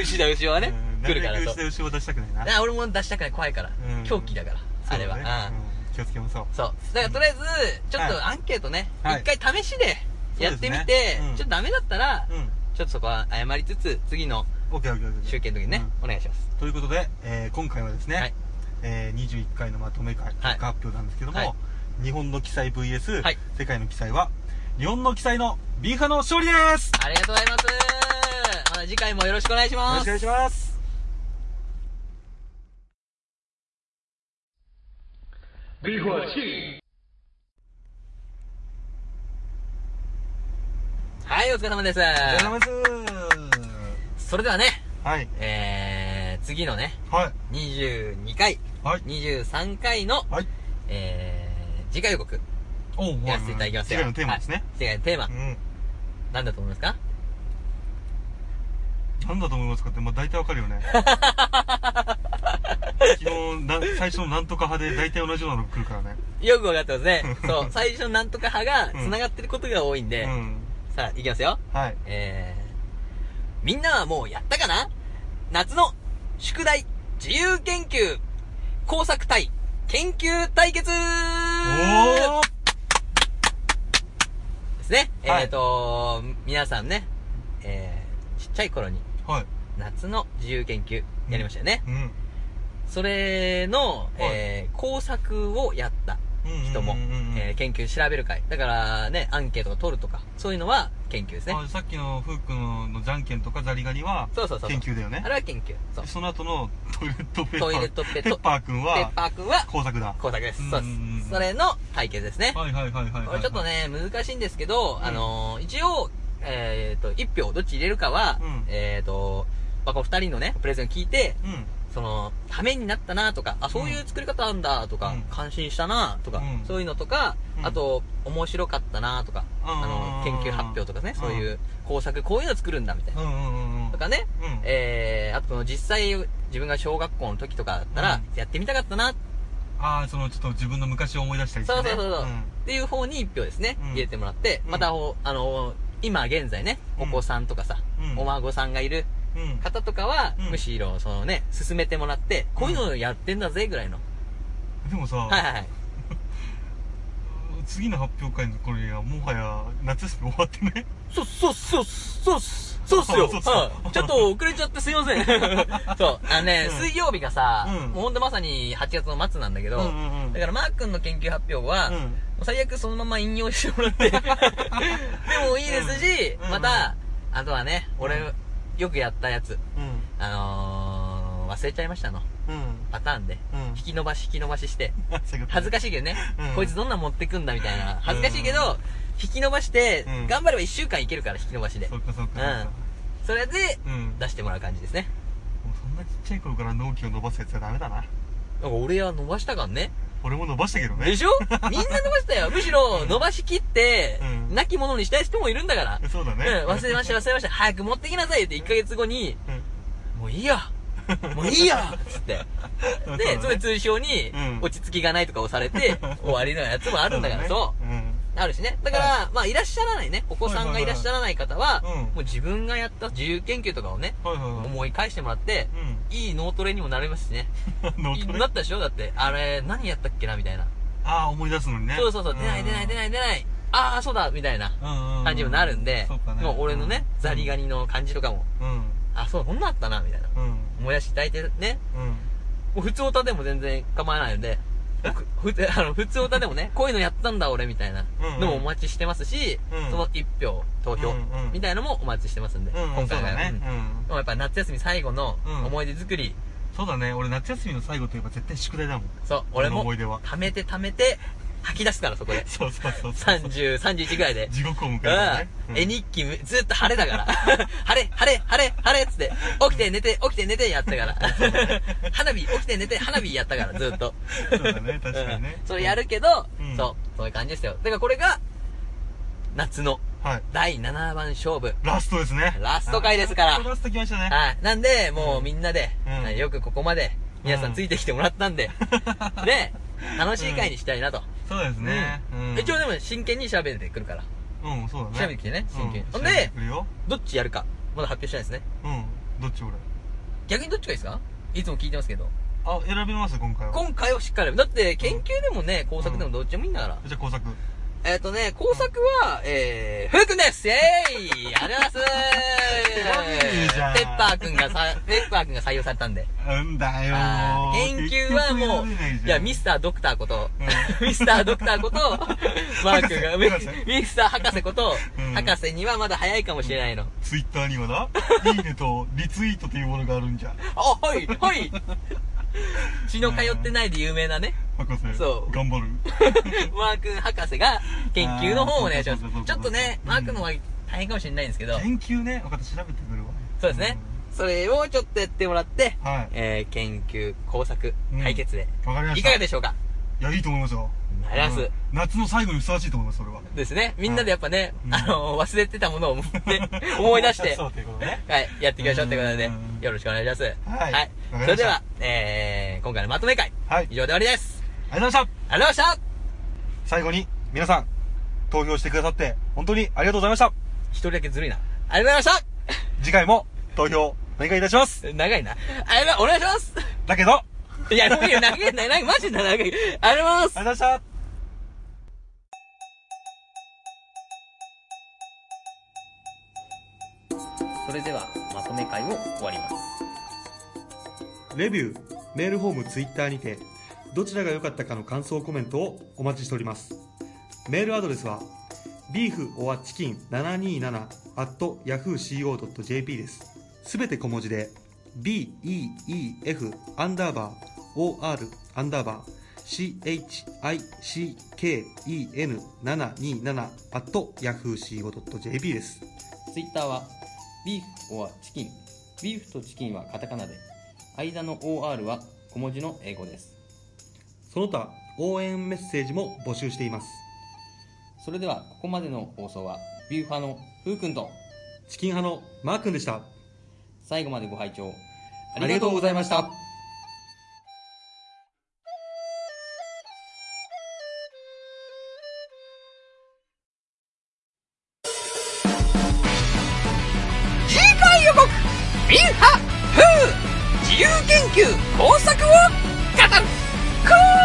[SPEAKER 3] 牛だ、牛はね
[SPEAKER 4] うん、
[SPEAKER 3] 来るから
[SPEAKER 4] なべ
[SPEAKER 3] と
[SPEAKER 4] く牛。田牛尾は出したくないな
[SPEAKER 3] あ俺も出したくない、怖いから
[SPEAKER 4] うん。
[SPEAKER 3] 狂気だから、あれは。
[SPEAKER 4] そう
[SPEAKER 3] う
[SPEAKER 4] だ
[SPEAKER 3] ん
[SPEAKER 4] ねうん気をつけましょう
[SPEAKER 3] そう。だからとりあえず、ちょっ
[SPEAKER 4] はい
[SPEAKER 3] とアンケートね、
[SPEAKER 4] はい
[SPEAKER 3] 一回試しでやってみ
[SPEAKER 4] そうで
[SPEAKER 3] て
[SPEAKER 4] すねうん、
[SPEAKER 3] ちょっとダメだったら、
[SPEAKER 4] うん
[SPEAKER 3] ちょっとそこは謝りつつ、次の
[SPEAKER 4] OKOKOK
[SPEAKER 3] 集計の時にね、お願いします。
[SPEAKER 4] ということで、えー今回はですね、
[SPEAKER 3] はい
[SPEAKER 4] えー21回のまとめ会結果発表なんですけども、
[SPEAKER 3] はい
[SPEAKER 4] 日本の記載 VS、
[SPEAKER 3] はい
[SPEAKER 4] 世界の記載は日本の記載の B 派の勝利です
[SPEAKER 3] ありがとうございます。また次回もよろしくお願いし
[SPEAKER 4] よろ
[SPEAKER 3] ま
[SPEAKER 4] しくお
[SPEAKER 3] す
[SPEAKER 4] 願い。します
[SPEAKER 3] はい、お疲れ様です。
[SPEAKER 4] お疲れ様です
[SPEAKER 3] それではね、
[SPEAKER 4] はい
[SPEAKER 3] えー、次のね、
[SPEAKER 4] はい
[SPEAKER 3] 22回、
[SPEAKER 4] はい
[SPEAKER 3] 23回の、
[SPEAKER 4] はい
[SPEAKER 3] えー、次回予告、
[SPEAKER 4] おう
[SPEAKER 3] やらせていただきます
[SPEAKER 4] 次
[SPEAKER 3] よ。
[SPEAKER 4] 回のテーマですね、
[SPEAKER 3] はい。次回のテーマ、
[SPEAKER 4] うん
[SPEAKER 3] なんだと思いますか
[SPEAKER 4] なんだと思いますかって、まあ、大体わかる
[SPEAKER 3] [LAUGHS]
[SPEAKER 4] よね昨日な最初のなんとか派で大体同じようなのが来るからね
[SPEAKER 3] よくわかってます
[SPEAKER 4] [LAUGHS]
[SPEAKER 3] ね。そう、最初のなんとか派が繋がってることが多いんで、
[SPEAKER 4] うん
[SPEAKER 3] さあ、いきますよ。
[SPEAKER 4] はい
[SPEAKER 3] えー、みんなはもうやったかな夏の宿題、自由研究、工作対、研究対決
[SPEAKER 4] おお
[SPEAKER 3] ですね。
[SPEAKER 4] はい
[SPEAKER 3] えっ、と、皆さんね、えー、ちっちゃい頃に
[SPEAKER 4] はい
[SPEAKER 3] 夏の自由研究やりましたよね。
[SPEAKER 4] うん
[SPEAKER 3] それの、えー工作をやった人も、
[SPEAKER 4] うんうんうんうん
[SPEAKER 3] えー研究調べる会。だからね、アンケートを取るとか、そういうのは研究ですね
[SPEAKER 4] あ。さっきのフークののじゃんけんとかザリガニは
[SPEAKER 3] そうそうそう。
[SPEAKER 4] 研究だよね
[SPEAKER 3] あれは研究。そう
[SPEAKER 4] で。その後のトイレットペーパー
[SPEAKER 3] トイレットペ
[SPEAKER 4] ペッパー君
[SPEAKER 3] ペッ
[SPEAKER 4] は
[SPEAKER 3] パーくんは
[SPEAKER 4] 工作だ
[SPEAKER 3] 工作です。
[SPEAKER 4] うん
[SPEAKER 3] そううん
[SPEAKER 4] う
[SPEAKER 3] で
[SPEAKER 4] ん
[SPEAKER 3] す。それの対決ですね。
[SPEAKER 4] はいはいはいはいはい
[SPEAKER 3] こ
[SPEAKER 4] はい
[SPEAKER 3] れちょっとね、難しいんですけど、
[SPEAKER 4] うん
[SPEAKER 3] あのー一応、えっ、と、一票どっち入れるかは、
[SPEAKER 4] うん
[SPEAKER 3] えっ、と、まあ、こう二人のね、プレゼンを聞いて、
[SPEAKER 4] うん
[SPEAKER 3] その、ためになったなとか、あ、そういう作り方あんだとか、
[SPEAKER 4] うん
[SPEAKER 3] 感心したなとか、
[SPEAKER 4] うん
[SPEAKER 3] そういうのとか、
[SPEAKER 4] うん
[SPEAKER 3] あと、面白かったなとか、あの、研究発表とかね、そういう工作、こういうの作るんだみたいな。
[SPEAKER 4] うんうんうんうん
[SPEAKER 3] とかね、
[SPEAKER 4] うん
[SPEAKER 3] えー、あとその実際、自分が小学校の時とかだったら、
[SPEAKER 4] う
[SPEAKER 3] やってみたかったなっ
[SPEAKER 4] ああそのちょっと自分の昔を思い出したりしてね
[SPEAKER 3] そうそうそうそう
[SPEAKER 4] うん
[SPEAKER 3] ていう方に一票ですね、
[SPEAKER 4] うん
[SPEAKER 3] 入れてもらって、
[SPEAKER 4] うん
[SPEAKER 3] また、おあの、今現在ね、
[SPEAKER 4] う
[SPEAKER 3] お
[SPEAKER 4] ん
[SPEAKER 3] 子さんとかさ、
[SPEAKER 4] うん
[SPEAKER 3] お孫さんがいる
[SPEAKER 4] うん
[SPEAKER 3] 方とかは、
[SPEAKER 4] うん
[SPEAKER 3] むしろ、そのね、進めてもらって、こういうのをやってんだぜ、ぐらいの。
[SPEAKER 4] でもさ
[SPEAKER 3] はいはいはい。
[SPEAKER 4] 次の発表会のこれはもはや夏休み終わってね
[SPEAKER 3] そうそうそうそうそうっす
[SPEAKER 4] あ
[SPEAKER 3] よ。
[SPEAKER 4] そうっすか
[SPEAKER 3] うんちょっと遅れちゃってすいませ
[SPEAKER 4] [LAUGHS]
[SPEAKER 3] ん。そう。あのね、
[SPEAKER 4] うん
[SPEAKER 3] 水曜日がさ、
[SPEAKER 4] うん
[SPEAKER 3] もうほんとまさに8月の末なんだけど、
[SPEAKER 4] うんうんうん
[SPEAKER 3] だからマー君の研究発表は、
[SPEAKER 4] うん
[SPEAKER 3] もう最悪そのまま引用してもらっ
[SPEAKER 4] [LAUGHS]
[SPEAKER 3] て、でもいいですし、
[SPEAKER 4] うん
[SPEAKER 3] また、あとはね、俺、
[SPEAKER 4] うん
[SPEAKER 3] よくやったやつ、
[SPEAKER 4] うん
[SPEAKER 3] あのー、忘れちゃいましたの。
[SPEAKER 4] うん
[SPEAKER 3] パターンで。
[SPEAKER 4] [LAUGHS] うん
[SPEAKER 3] 引き伸ばし引き伸ばしして、恥ず
[SPEAKER 4] か
[SPEAKER 3] かしいけどね、
[SPEAKER 4] うん
[SPEAKER 3] こいつどんな持ってくんだみたいな恥ずかしいけど、引き伸ばして、
[SPEAKER 4] うん
[SPEAKER 3] 頑張れば1週間いけるから引き伸ばしで
[SPEAKER 4] そうかそうかそう
[SPEAKER 3] それで
[SPEAKER 4] かうん
[SPEAKER 3] 出してもらう感じですね
[SPEAKER 4] なちっちゃい頃から納期を伸ばすやつはダメだな
[SPEAKER 3] なんか俺は伸ばしたからね。
[SPEAKER 4] 俺も伸ばしたけどね
[SPEAKER 3] で
[SPEAKER 4] [LAUGHS]
[SPEAKER 3] しょみんな伸ばしたよ。むしろ、伸ばしきって、
[SPEAKER 4] うん
[SPEAKER 3] なきものにしたい人もいるんだから。
[SPEAKER 4] そうだ
[SPEAKER 3] うん、
[SPEAKER 4] ね、
[SPEAKER 3] 忘れました、忘れました。早く持ってきなさいって1ヶ月後に、もういい
[SPEAKER 4] [LAUGHS]
[SPEAKER 3] やもういいやつって。
[SPEAKER 4] うん
[SPEAKER 3] で、
[SPEAKER 4] そう
[SPEAKER 3] そ
[SPEAKER 4] だ
[SPEAKER 3] れ
[SPEAKER 4] ね
[SPEAKER 3] 通称に
[SPEAKER 4] うん、
[SPEAKER 3] 落ち着きがないとか押され
[SPEAKER 4] [LAUGHS]
[SPEAKER 3] て、終わりのやつもあるんだから、
[SPEAKER 4] そ
[SPEAKER 3] そう
[SPEAKER 4] だね
[SPEAKER 3] う。あるしね。だから、まあ、いらっしゃらないね。お子さんがいらっしゃらない方は、
[SPEAKER 4] うん
[SPEAKER 3] もう自分がやった自由研究とかをね、
[SPEAKER 4] うんはいはいはい
[SPEAKER 3] 思い返してもらって、いい脳トレにもなりますしね。
[SPEAKER 4] [LAUGHS] うん脳トレ
[SPEAKER 3] なったでしょだって、あれ、何やったっけなみたいな。
[SPEAKER 4] ああ思い出すのにね
[SPEAKER 3] そうそうそう、出ない出ない出
[SPEAKER 4] い
[SPEAKER 3] ない出ない。ああ、そうだみたいな感
[SPEAKER 4] 感
[SPEAKER 3] じにもなるんで
[SPEAKER 4] そう、かね
[SPEAKER 3] もう俺のね、ザリガ
[SPEAKER 4] ニ
[SPEAKER 3] ニの感じとかも、
[SPEAKER 4] うん
[SPEAKER 3] あ、そう、こんなんあったなみたいな。
[SPEAKER 4] うんうん
[SPEAKER 3] もやし炊いてね、
[SPEAKER 4] うん
[SPEAKER 3] もう普通オタでも全然構わないので、ふふ [LAUGHS] あの普通オタでもね、こういうのやったんだ俺みたいな
[SPEAKER 4] うんうん
[SPEAKER 3] のもお待ちしてますし、
[SPEAKER 4] うん
[SPEAKER 3] その一票投票
[SPEAKER 4] うんうん
[SPEAKER 3] みたいのもお待ちしてますんで、
[SPEAKER 4] うんうん
[SPEAKER 3] 今
[SPEAKER 4] そう
[SPEAKER 3] 回は
[SPEAKER 4] だね
[SPEAKER 3] うん
[SPEAKER 4] うん
[SPEAKER 3] でもやっぱ夏休み最後の
[SPEAKER 4] うん
[SPEAKER 3] 思い出作り、
[SPEAKER 4] そうだね俺夏休みの最後といえば絶対宿題だもん [LAUGHS]
[SPEAKER 3] そう、俺
[SPEAKER 4] の
[SPEAKER 3] も
[SPEAKER 4] 思い出は。
[SPEAKER 3] 貯めて貯めて吐き出すからそこで
[SPEAKER 4] [LAUGHS] そうそうそうそう
[SPEAKER 3] 30、31ぐらいで。
[SPEAKER 4] 地獄を迎え
[SPEAKER 3] う
[SPEAKER 4] たね
[SPEAKER 3] ん。絵
[SPEAKER 4] に
[SPEAKER 3] 日記ずっと晴れだから。 [LAUGHS] 晴れ、晴れ、晴れ、晴れっつって、起きて寝て、起きて寝てやったから。 [LAUGHS] 花火、起きて寝て、花火やったから、ずっと。
[SPEAKER 4] そうだね確かにね
[SPEAKER 3] うんそれやるけど、
[SPEAKER 4] うん
[SPEAKER 3] そう、そういう感じですよ。だからこれが、夏の
[SPEAKER 4] はい
[SPEAKER 3] 第7番勝負。
[SPEAKER 4] ラストですね
[SPEAKER 3] ラスト回ですから
[SPEAKER 4] あーラスト来ましたね
[SPEAKER 3] はい。なんで、もうみんなで、
[SPEAKER 4] うん
[SPEAKER 3] よくここまで、皆さ
[SPEAKER 4] うんん
[SPEAKER 3] ついてきてもらったん
[SPEAKER 4] [LAUGHS]
[SPEAKER 3] で、ね、楽しい回にしたいなと。
[SPEAKER 4] そうですねうん
[SPEAKER 3] 一応でも真剣に喋ってくるから。
[SPEAKER 4] うんそうだね
[SPEAKER 3] 調べてきてね真剣
[SPEAKER 4] うん
[SPEAKER 3] ほんで
[SPEAKER 4] 調べてくるよ
[SPEAKER 3] どっちやるか、まだ発表してないですね。
[SPEAKER 4] うんどっち俺
[SPEAKER 3] 逆にどっちがいいですかいつも聞いてますけど。
[SPEAKER 4] あ選びます今回は
[SPEAKER 3] 今回はしっかり。だって、研究でもね、工作でもどっちでもいいんだから。
[SPEAKER 4] じゃあ工作
[SPEAKER 3] えっ、とね、工作は、えー、ふうくんですイェーイありがとうござ
[SPEAKER 4] い
[SPEAKER 3] い
[SPEAKER 4] い
[SPEAKER 3] ます
[SPEAKER 4] じゃん
[SPEAKER 3] ペッパーくん
[SPEAKER 4] [LAUGHS]
[SPEAKER 3] がさ、ペッパーくんが採用されたんで。
[SPEAKER 4] うんだよ
[SPEAKER 3] あー研
[SPEAKER 4] ー
[SPEAKER 3] 究はも
[SPEAKER 4] 結局選べなじゃ
[SPEAKER 3] う、
[SPEAKER 4] ん
[SPEAKER 3] いや、ミスタードクターこと、[LAUGHS]
[SPEAKER 4] う
[SPEAKER 3] ミスタードクター
[SPEAKER 4] [LAUGHS]
[SPEAKER 3] こと、マー君が、ミ
[SPEAKER 4] 博士博士
[SPEAKER 3] ミスター博士こと、
[SPEAKER 4] うん
[SPEAKER 3] 博士にはまだ早いかもしれないの。
[SPEAKER 4] ツイッターには
[SPEAKER 3] [LAUGHS]
[SPEAKER 4] な、いいねとリツイートというものがあるんじゃ。
[SPEAKER 3] あ、 [LAUGHS] はい、はい血の通ってないで有名なね、
[SPEAKER 4] 博士。
[SPEAKER 3] そう
[SPEAKER 4] 頑張る。
[SPEAKER 3] [LAUGHS] マー君博士が研究の方をお願いしま
[SPEAKER 4] あーそうそうそう
[SPEAKER 3] す。
[SPEAKER 4] そう
[SPEAKER 3] ちょっとね、マー君の方が大変かもしれないんですけど、
[SPEAKER 4] 研究ね、分かった、調べてくるわ。
[SPEAKER 3] そうですね。それをちょっとやってもらって、
[SPEAKER 4] うん。はい。
[SPEAKER 3] えー、研究、工作
[SPEAKER 4] うん、
[SPEAKER 3] 解決で、
[SPEAKER 4] わかりま
[SPEAKER 3] い
[SPEAKER 4] した。
[SPEAKER 3] かがでしょうか
[SPEAKER 4] いや、いいと思いますよ。
[SPEAKER 3] ありがとうございます
[SPEAKER 4] うん夏の最後にふさわしいと思います、それは。
[SPEAKER 3] ですね。みんなでやっぱね、
[SPEAKER 4] うん
[SPEAKER 3] あのー忘れてたものを、 [LAUGHS] ね、 [LAUGHS] 思い出して、
[SPEAKER 4] [LAUGHS] そうということ
[SPEAKER 3] [LAUGHS]
[SPEAKER 4] ね。
[SPEAKER 3] はい、やっていきましょうってことで
[SPEAKER 4] うん、
[SPEAKER 3] よろしくお願いします。
[SPEAKER 4] はい
[SPEAKER 3] はい
[SPEAKER 4] わかりました
[SPEAKER 3] それでは、えー、今回のまとめ会、
[SPEAKER 4] はい。あり
[SPEAKER 3] 以上で終わりです。
[SPEAKER 4] がとうございました。
[SPEAKER 3] ありがとうございました
[SPEAKER 4] 最後に、皆さん、投票してくださって、本当にありがとうございました。
[SPEAKER 3] 一人だけずるいな。ありがとうございまし
[SPEAKER 4] 次回も、投票、お願いいたします。
[SPEAKER 3] た長いな。ありがとうお願いします
[SPEAKER 4] だけど、あ
[SPEAKER 3] いや、もういいよ、長いな、長い、マジで長い。ありがとうございます
[SPEAKER 4] りがとうございました。
[SPEAKER 1] それではまとめ会を終わります
[SPEAKER 4] レビュー、メールフォーム、ツイッターにて、どちらが良かったかの感想コメントをお待ちしております。メールアドレスは、beeforchicken727-yahooco.jp です。すべて小文字で、beef アンダーバー or アンダーバー chicken727-yahooco.jp です。
[SPEAKER 1] ツイッターは、ビーフ or チキン。ビーフとチキンはカタカナで、間の OR は小文字の英語です。
[SPEAKER 4] その他、応援メッセージも募集しています。
[SPEAKER 1] それでは、ここまでの放送は、ビューファーのふうくんと、
[SPEAKER 4] チキン派のマー君でした。
[SPEAKER 1] 最後までご拝聴
[SPEAKER 4] ありがとうございました。
[SPEAKER 3] 次回予告ミンハフー自由研究工作を語るコー